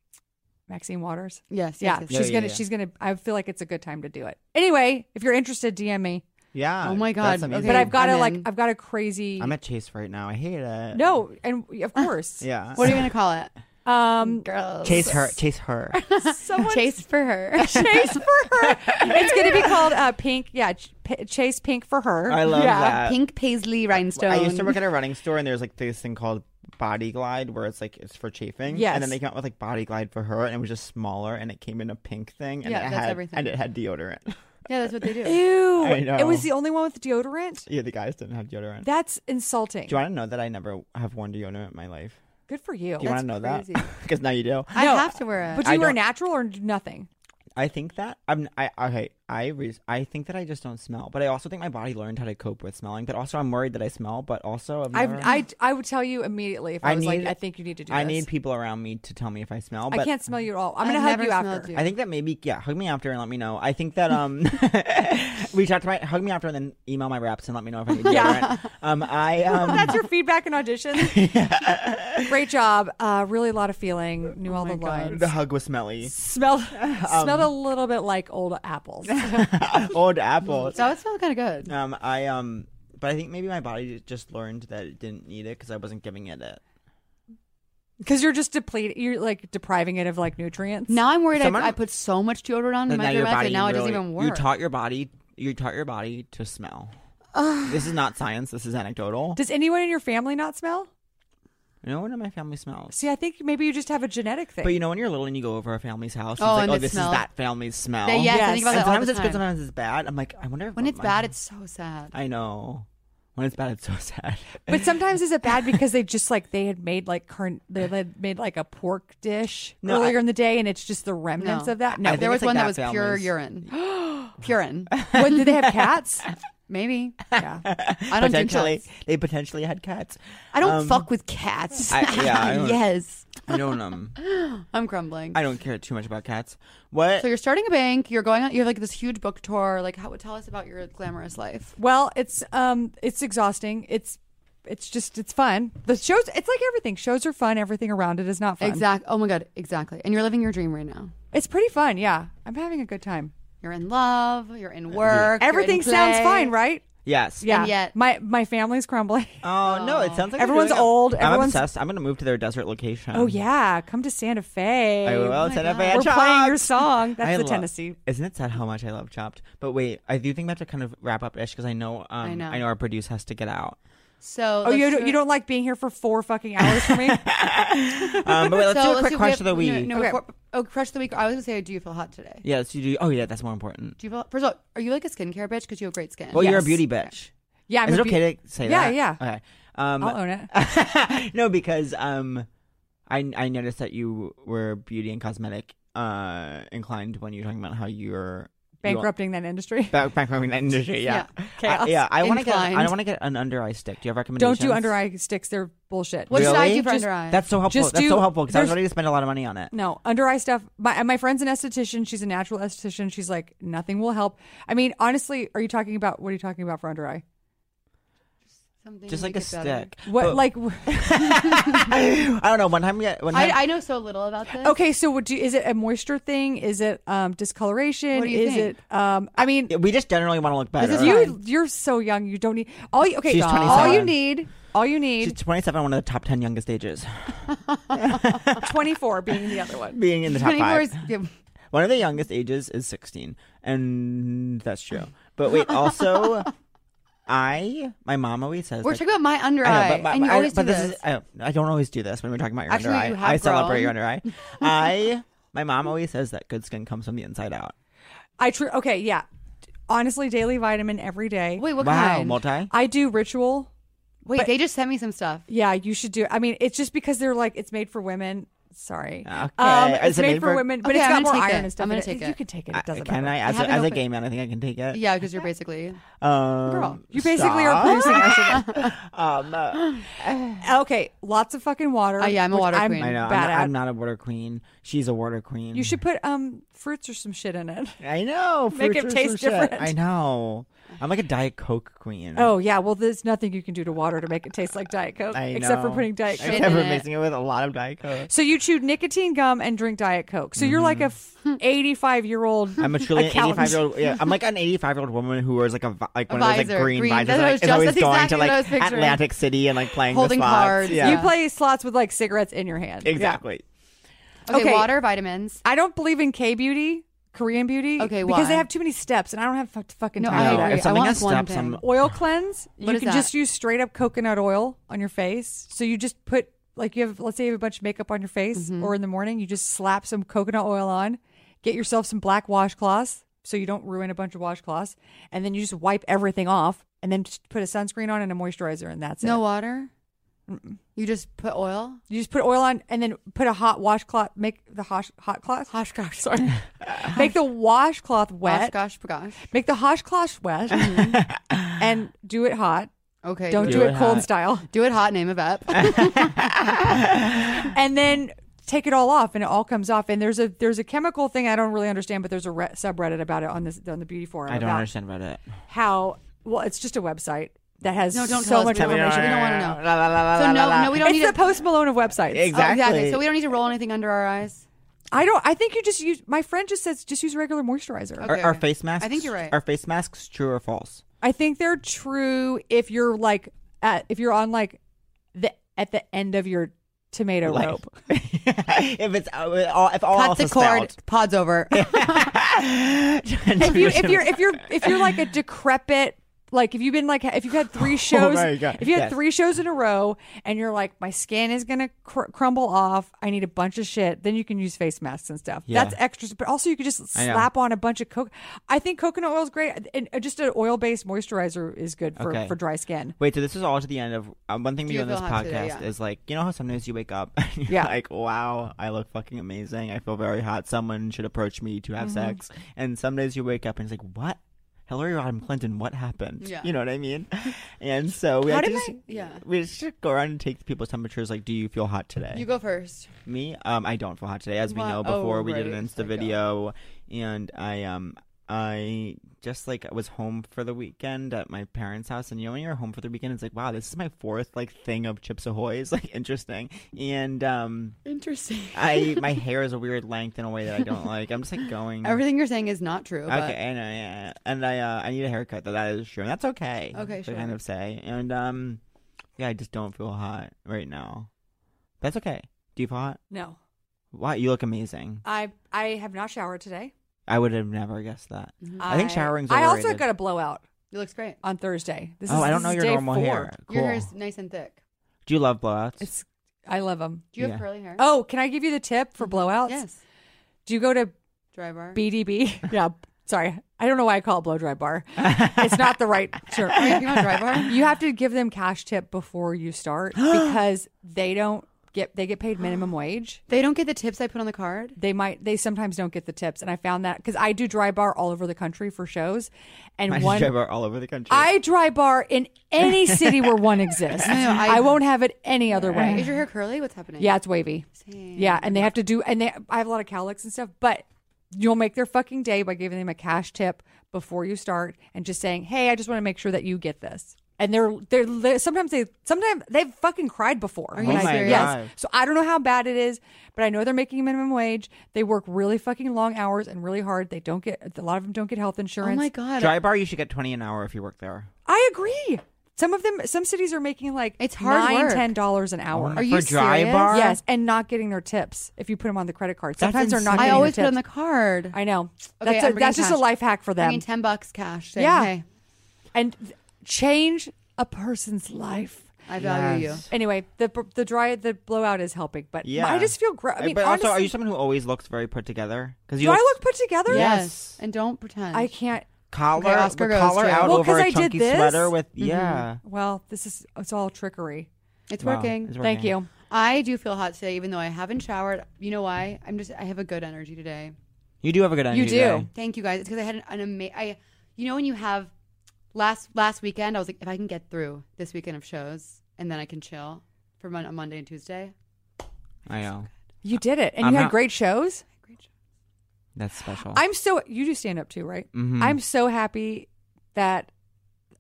Maxine Waters. Yes. yes, Yeah, yes, she's yes. yeah, gonna. yeah. She's gonna. I feel like it's a good time to do it. Anyway, if you're interested, DM me. Yeah. Oh my that's God, amazing. okay. But I've got I'm a like in. I've got a crazy I'm at Chase right now. I hate it. no, and we- of course, Yeah. What are you gonna call it? Um, Girls. Chase her. Chase her. someone Chase for her. chase for her. It's going to be called uh, Pink. Yeah, ch- p- chase Pink for her. I love yeah. that. Pink paisley rhinestone. I used to work at a running store, and there's like this thing called Body Glide, where it's like it's for chafing. Yes. And then they came out with like Body Glide for her, and it was just smaller, and it came in a pink thing, and Yeah, it that's had everything. and it had deodorant. yeah, that's what they do. Ew! I know. It was the only one with deodorant. yeah, the guys didn't have deodorant. That's insulting. do you want to know that I never have worn deodorant in my life? Good for you. Do you want to know crazy. that? Because now you do. I No, have to wear it. but do you I wear don't- natural or nothing? I think that I'm. I okay. I re- I think that I just don't smell, but I also think my body learned how to cope with smelling. But also, I'm worried that I smell. But also, I've I've, never- I I would tell you immediately if I, I was like, need- I think you need to do. I this. need people around me to tell me if I smell. But I can't smell you at all. I'm I gonna hug never you smelled after. you. I think that maybe yeah, hug me after and let me know. I think that um reach out to my hug me after and then email my reps and let me know if I need to Yeah. Um I um That's your feedback and audition. Great job. Uh, really a lot of feeling. Oh Knew all the lines. the hug was smelly. Smelled Um, smelled a little bit like old apples. Old apple. Mm. That would smell kind of good. Um I um but I think maybe my body just learned that it didn't need it because I wasn't giving it it. Because you're just depleting, you're like depriving it of like nutrients. Now I'm worried. Someone- I, I put so much deodorant on in And Mm, my dress, and now it doesn't really- even work. You taught your body. You taught your body to smell. this is not science. This is anecdotal. Does anyone in your family not smell? no one in my family smells. See, I think maybe you just have a genetic thing. But you know when you're little and you go over a family's house, it's Oh, like, and oh, it this smells- is that family's smell. Yeah, yes, I Yes. think about And that all sometimes the it's good, time. sometimes it's bad. I'm like, I wonder if When it's my- bad, it's so sad. I know. When it's bad, it's so sad. but sometimes is it bad because they just like they had made like current they had made like a pork dish No, earlier I- in the day and it's just the remnants No. of that. I No, think There it's was like one that that was pure families. urine. Purine. what, did they have cats? Maybe. Yeah, I don't think potentially, cats. they potentially had cats. I don't Um, fuck with cats. I- yeah, I don't- yes. I don't um. I'm crumbling. I don't care too much about cats. What? so you're starting a bank. You're going on. You have like this huge book tour. Like, how, tell us about your glamorous life. Well, it's um, it's exhausting. It's it's just it's fun. The shows, it's like everything. Shows are fun. Everything around it is not fun. Exact. Oh my god. Exactly. And you're living your dream right now. It's pretty fun. Yeah, I'm having a good time. You're in love. You're in work. you're in Everything sounds play. fine, right? yes. Yeah. yet- my my family's crumbling. Oh no! It sounds like you're Everyone's doing a- old, everyone's- I'm obsessed. I'm gonna move to their desert location. Oh yeah, come to Santa Fe. I will Oh send up a We're playing your Chopped. song. That's I the lo- Tennessee. Isn't it sad how much I love Chopped? But wait, I do think we have to kind of wrap up ish because I know um I know. know. our producer has to get out. So. Oh, you let's don't, do- you don't like being here for four fucking hours for me? Um, but wait, let's so do a quick see, we crush have- of the week. No, no, Okay. before- oh, crush of the week. I was gonna say, do you feel hot today? Yes, you do. Oh yeah, that's more important. Do you feel? First of all, are you like a skincare bitch? Because you have great skin. Well, you're a Yes. beauty bitch. yeah, I'm Is it a be- okay to say Yeah, that? yeah. Okay. Um, I'll own it. no, because um, I I noticed that you were beauty and cosmetic uh inclined when you're talking about how you're Bankrupting that industry. You are, back bankrupting that industry. Yeah, Yeah. I, yeah. I want to get I Inclined. want to get an under eye stick. Do you have recommendations? Don't do under eye sticks. They're bullshit. What should I Really? do for Just- under eye? That's so helpful. Just that's do- so helpful because I was there's- ready to spend a lot of money on it. No, under eye stuff. My my friend's an esthetician. She's a natural esthetician. She's like nothing will help. I mean, honestly, are you talking about what are you talking about for under eye? Something Just to like a make it better. stick. What But- like? I don't know. One time, we got- one time I, I know so little about this. Okay, so would you, is it a moisture thing? Is it um, discoloration? What do you is think? it? Um, I mean, we just generally want to look better. is you fine. you're so young. You don't need all. You, okay, She's all 27. you need, all you She's need, 27, one of the top 10 youngest ages. 24 being the other one. Being in the top 24 five. is- yeah. One of the youngest ages is 16, and that's true. But wait, also, I my mom always says We're like, talking about my under I eye, know, but, but, and you I, always but do this, this. is I, I don't always do this when we're talking about your Actually, under eye. you have I celebrate your grown. under eye. I my mom always says that good skin comes from the inside out. I true. Okay, yeah. Honestly, daily vitamin every day. Wait, what wow, kind? multi. I do ritual. Wait, they just sent me some stuff. Yeah, you should do. I mean, it's just because they're like it's made for women. Sorry, Okay. um, Is it's it made, made for, for- women, but Okay, it's I'm got gonna more take iron it. and stuff. I'm in gonna take You it. can take it. It doesn't can matter. I as, haven't a, as a opened- gay man? I think I can take it. Yeah, because you're basically Um, Girl, You basically are stop. producing estrogen. Um, uh, okay, lots of fucking water. Oh, yeah, I'm a which water queen. I know. I'm bad not, at. I'm not a water queen. She's a water queen. You should put um fruits or some shit in it. I know. Make it fruits are taste so shit. different. I know. I'm like a diet coke queen. Oh yeah, well there's nothing you can do to water to make it taste like diet coke, I know. except for putting diet coke. Shit Except for in it. mixing it with a lot of diet coke. So you chew nicotine gum and drink diet coke. So you're like a f- Mm-hmm. 85 year old. I'm a truly an accountant. 85 year old. Yeah, I'm like an 85 year old woman who wears like a vi- like one of those visor, like green, green. visors. and, Like, is That's what I was just- always that's going to exactly what I was like picturing. Atlantic City and like playing Holding the slots. cards, Yeah, You yeah. play slots with like cigarettes in your hand. Yeah. exactly. okay, Okay. Water, vitamins. I don't believe in K beauty, Korean beauty. Okay, because why? they have too many steps, and I don't have fuck- fucking No, time. I for No, that. agree. If something want has one steps, thing. I'm oil cleanse. What you is can that? just use straight up coconut oil on your face. So you just put like you have let's say you have a bunch of makeup on your face Mm-hmm. or in the morning, you just slap some coconut oil on, get yourself some black washcloths so you don't ruin a bunch of washcloths, and then you just wipe everything off and then just put a sunscreen on and a moisturizer and that's No it. water. You just put oil. You just put oil on and then put a hot washcloth make the hot hot cloth. Hoshcloth, sorry. make the washcloth Gosh, wet. gosh, gosh. Make the hoshcloth wet and do it hot. Okay. Don't Mm-hmm. do, do it it cold hot. style. do it hot. Name of up. and then take it all off and it all comes off and there's a there's a chemical thing i don't really understand but there's a re- subreddit about it on this on the beauty forum I don't about understand about it. how well it's just a website that has No, don't so tell us. much Tell me information We don't wanna know. So no, no, we don't need it's to. the post malone of websites Exactly. Oh, So we don't need to roll anything under our eyes. i don't i think you just use my friend just says just use regular moisturizer Are, Okay. are face masks? I think you're right. Are face masks true or false? i think they're true if you're like at if you're on like the at the end of your tomato Like- rope if it's uh, if all, if all Cut else the is cord. failed. Pod's over. if you if you're if you're if you're like a decrepit like if you've been like if you've had three shows my God. if you had Yes. three shows in a row and you're like my skin is gonna cr- crumble off i need a bunch of shit then you can use face masks and stuff Yeah. that's extras but also you could just I know. slap on a bunch of coke i think coconut oil is great and uh, just an oil-based moisturizer is good for, Okay. for dry skin Wait, so this is all to the end of um, one thing we do Do you on this feel hot podcast today? Yeah. is like you know how sometimes you wake up and you're Yeah. like wow I look fucking amazing I feel very hot someone should approach me to have Mm-hmm. sex and some days you wake up and it's like what Hillary Rodham Clinton what happened Yeah. you know what I mean and so we How have to did just, I- yeah. we just should go around and take people's temperatures like do you feel hot today You go first. me um I don't feel hot today as we Why- know oh, before we did right, an psycho. Insta video and I um I just like was home for the weekend at my parents' house and you know when you're home for the weekend it's like wow this is my fourth like thing of Chips Ahoy's like interesting and um Interesting. I my hair is a weird length in a way that I don't like I'm just like going Everything you're saying is not true. Um, But Okay, I know, yeah, yeah. and I uh, I need a haircut though. That is true, and that's okay. Okay, to sure. Kind of say, and um, yeah, I just don't feel hot right now. That's okay. Do you feel hot? no Wow, you look amazing. i i have not showered today I would have never guessed that. Mm-hmm. I think showering's i also overrated. got a blowout It looks great. on thursday this oh, is I don't this know is your day normal four. hair. Cool. Your hair's nice and thick. Do you love blowouts? it's i love them Do you Yeah. have curly hair? oh can i give you the tip for blowouts Mm-hmm. yes. do you go to Dry bar. BDB. Yeah. Sorry. I don't know why I call it blow dry bar. It's not the right term. Are you talking about dry bar? You have to give them cash tip before you start because they don't get they get paid minimum wage. They don't get the tips I put on the card. They might they sometimes don't get the tips and I found that cuz I do dry bar all over the country for shows and I one drive her all over the country. I dry bar in any city where one exists. no, I- I, won't have it any other way. Is your hair curly? What's happening? Yeah, it's wavy. Same. Yeah, and they have to do, and they. I have a lot of cowlicks and stuff, but you'll make their fucking day by giving them a cash tip before you start and just saying, "Hey, I just want to make sure that you get this." And they're they're li- sometimes they sometimes they've fucking cried before. you when Oh I- my serious? God. Yes. So I don't know how bad it is, but I know they're making minimum wage. They work really fucking long hours and really hard. They don't get a lot of them don't get health Oh insurance. my god. Dry bar, you should get 20 an hour if you work there. I agree. Some of them, some cities are making like It's hard nine, work. ten dollars an hour. Are you for dry serious? bar? yes, and not getting their tips if you put them on the credit card. That's Sometimes they're not. insane. I getting always their put on tips. the card. I know. Okay, that's I'm a, bringing that's just a cash. life hack for I them. mean, ten bucks cash. Saying, Yeah. hey, and th- change a person's life. I value Yes. Anyway, the the dry the blowout is helping, but Yeah. I just feel gross. I mean, but honestly, also, are you someone who always looks very put together? Because you do I look put together? you. Yes. and don't pretend. I can't. collar, Okay, Oscar with goes collar too. out Well, 'cause over I a did chunky this. Mm-hmm. sweater with yeah. Well, this is it's all trickery. it's Wow, working. it's Thank you. I do feel hot today, even though I haven't showered. You know why? I'm just I have a good energy today. You do have a good energy. do. today. Thank you guys. It's because I had an, an amazing. I, you know, when you have last last weekend, I was like, if I can get through this weekend of shows, and then I can chill for mon- on Monday and Tuesday. I know. You did it, and I'm you had not- great shows. Great show. That's special. I'm so you do stand up too, right? Mhm. I'm so happy that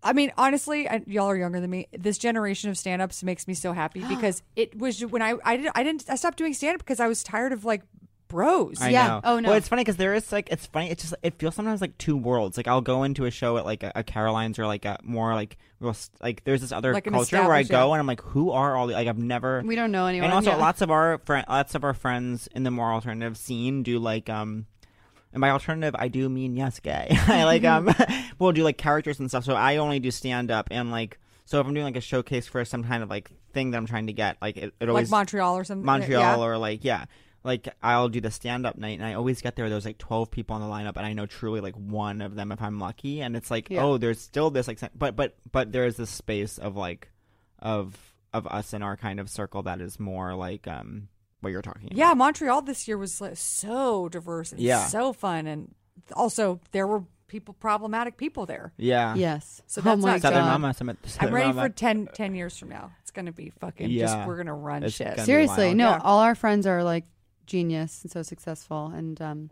I mean, honestly, I, y'all are younger than me. This generation of stand-ups makes me so happy because it was when I I didn't I didn't I stopped doing stand-up because I was tired of like bros. I Yeah. know. Oh, no. Well, it's funny because there is like it's funny. It's just it feels sometimes like two worlds. Like I'll go into a show at like a, a Caroline's or like a more like real s- like there's this other Like an culture where I established- go yeah. and I'm like, who are all the, like I've never We don't know anyone. and also yeah. lots of our friend lots of our friends in the more alternative scene do like um and by alternative I do mean yes gay. I like Mm-hmm. um we'll do like characters and stuff. So I only do stand up and like so if I'm doing like a showcase for some kind of like thing that I'm trying to get, like it, it Like always Montreal or something. Montreal yeah. or like yeah. Like I'll do the stand up night and I always get there there's like 12 people on the lineup and I know truly like one of them if I'm lucky and it's like Yeah. oh there's still this like sen- but but but there is this space of like of of us in our kind of circle that is more like um what you're talking Yeah, Montreal this year was like, so diverse and Yeah. so fun and also there were people problematic people there. Yeah. Yeah. yes. So that's oh my not Southern God. Mama Summit. Southern I'm ready Mama. for 10, 10 years from now. It's going to be fucking Yeah. just we're going to run It's shit. gonna be Seriously, wild. no. Yeah. All our friends are like genius and so successful and um,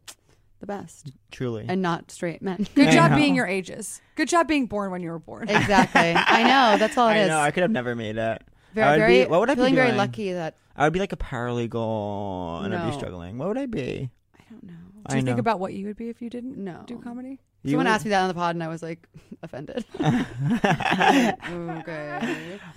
the best, truly. and not straight men. Good job know. being your ages. Good job being born when you were born. exactly. I know. That's all it I is. know I could have never made it. I Very, would very. be, what would I be feeling doing? very lucky that I would be like a paralegal and I'd be No. struggling. What would I be? I don't know. Do you I know. think about what you would be if you didn't No. do comedy? You Someone would- asked me that on the pod, and I was like offended. okay. no, no,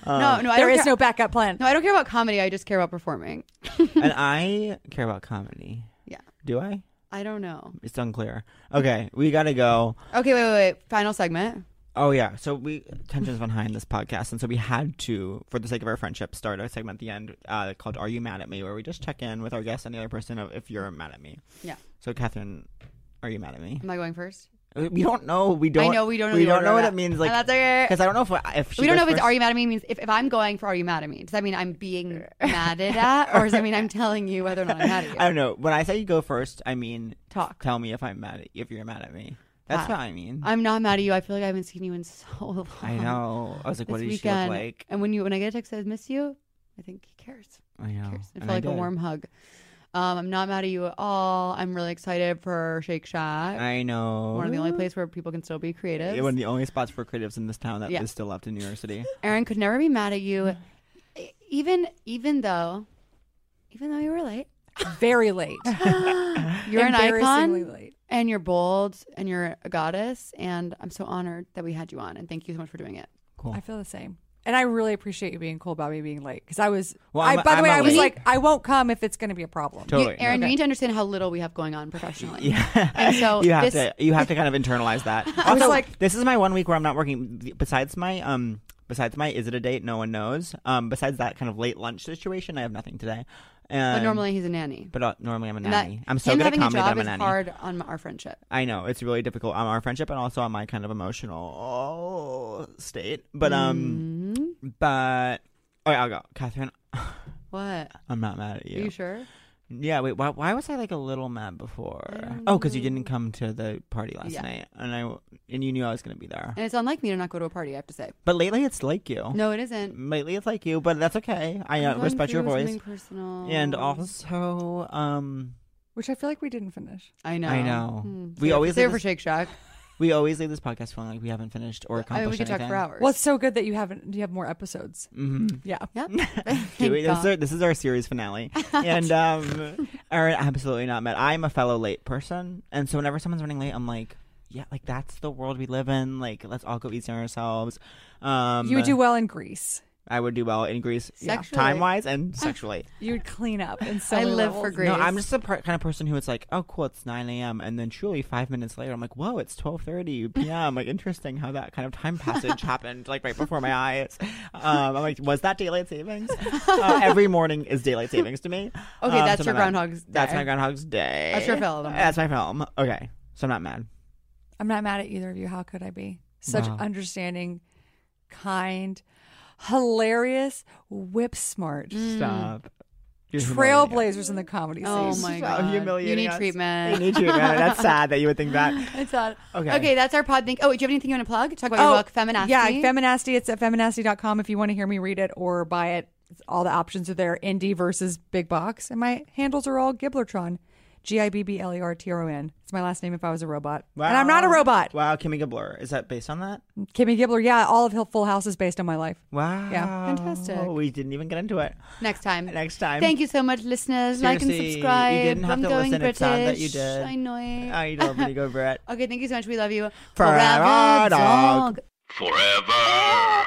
I There don't is care- no backup plan. No, I don't care about comedy. I just care about performing. and I care about comedy. Yeah. Do I? I don't know. It's unclear. Okay, we gotta go. Okay, wait, wait, wait. Final segment. Oh yeah, so we tensions run high in this podcast, and so we had to, for the sake of our friendship, start a segment at the end uh, called "Are You Mad at Me," where we just check in with our guest and the other person of if you're mad at me. Yeah. So Catherine, are you mad at me? Uh, Am I going first? We don't know. We don't. I know we don't know. We the don't order know of what that. it means. And Like, that's okay. because I don't know if I- if she we don't know goes if it's first- "Are you mad at me?" means if, if I'm going for "Are you mad at me?" Does that mean I'm being mad at at, or does that mean I'm telling you whether or not I'm mad at you? I don't know. When I say you go first, I mean Talk. Tell me if I'm mad at if you're mad at me. That's Ah. what I mean. I'm not mad at you. I feel like I haven't seen you in so long. I know. I was like, This what does she weekend, look like? and when you when I get a text that says "miss you," I think he cares. I know. cares. I And feel like a did. warm hug. Um, I'm not mad at you at all. I'm really excited for Shake Shack. I know. one of the only places where people can still be creative. Yeah, one of the only spots for creatives in this town that is Yeah. still left in New York City. Aaron could never be mad at you, e- even even though, even though you were late. Very late. You're an Embarrassingly icon, late. and you're bold, and you're a goddess. And I'm so honored that we had you on, and thank you so much for doing it. Cool. I feel the same. And I really appreciate you being cool about me being late because I was. Well, I, I'm- by the I'm way, I was late. like, I won't come if it's going to be a problem. You- totally. Aaron, No. you need to understand how little we have going on professionally. yeah. And so you have this- to you have to kind of internalize that. I was Also, like- this is my one week where I'm not working. Besides my um, besides my is it a date? No one knows. Um, besides that kind of late lunch situation, I have nothing today. And, But normally he's a nanny. but uh, normally I'm a And that- um, nanny. I'm so him good at having comedy a that job I'm a is nanny. hard on our friendship. I know it's really difficult on our friendship and also on my kind of emotional uh, state. But um, Mm-hmm. Mm. but all right, I'll go. Catherine, What? I'm not mad at Are you sure? Yeah, wait. Why, why was I like a little mad before? Oh, because you didn't come to the party last Yeah. night, and I and you knew I was gonna be there. And it's unlike me to not go to a party. I have to say, But lately, it's like you. no, it isn't. Lately, it's like you, but that's okay. Oh. I uh, I'm going respect your through voice, something Personal. and also, um, Which I feel like we didn't finish. I know. I know. Hmm. We Save- always save leave for this- Shake Shack. we always leave this podcast feeling like we haven't finished or I mean, we accomplished could talk for hours. Well, it's so good that you haven't. You have more episodes. Mm-hmm. Yeah. Yep. Do Thank we? This, is God. our, this is our series finale, and um, Aaron, absolutely not mad. I'm a fellow late person, and so whenever someone's running late, I'm like, yeah, like that's the world we live in. Like, let's all go easy on ourselves. Um, you would do well in Greece. I would do well in Greece, Sexually. time wise and sexually. You would clean up. And so I many live levels. for Greece. No, I'm just the per- kind of person who it's like, oh, cool, it's 9 a.m. And then truly five minutes later, I'm like, whoa, it's 12:30 p.m. like, interesting how that kind of time passage happened, like right before my eyes. Um, I'm like, was that daylight savings? Uh, every morning is daylight savings to me. Um, Okay, that's your Groundhog's That's Day. my Groundhog's Day. That's your film. That's my film. Okay, so I'm not mad. I'm not mad at either of you. How could I be? Such Wow. understanding, kind, hilarious, whip smart, Mm. Mm. Stop. You're humiliating us. trailblazers in the comedy scene. oh my Stop god, you humiliating need us. treatment. You need treatment. That's sad that you would think that. It's on. Okay. Okay. that's our pod. Think. Oh, do you have anything you want to plug? Talk about Oh, your book, Feminasty. Yeah, Feminasty. It's at feminasty.com if you want to hear me read it or buy it. It's- all the options are there indie versus big box. And my handles are all Gibblertron. G I B B L E R T R O N. It's my last name if I was a robot. And I'm not a Wow. robot. Wow, Kimmy Gibbler. Is that based on that? Kimmy Gibbler. Yeah, all of Hill Full House is based on my life. Wow. Fantastic. We didn't even get into it. Next time. Next time. Thank you so much, listeners. like Seriously, and you subscribe. didn't have I'm to going listen. It's British. sad that you did. I know it. I don't really go over it. okay, thank you so much. We love you. Forever dog. Forever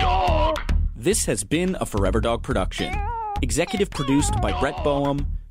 Dog. This has been a Forever Dog production. Executive produced by Brett Boehm,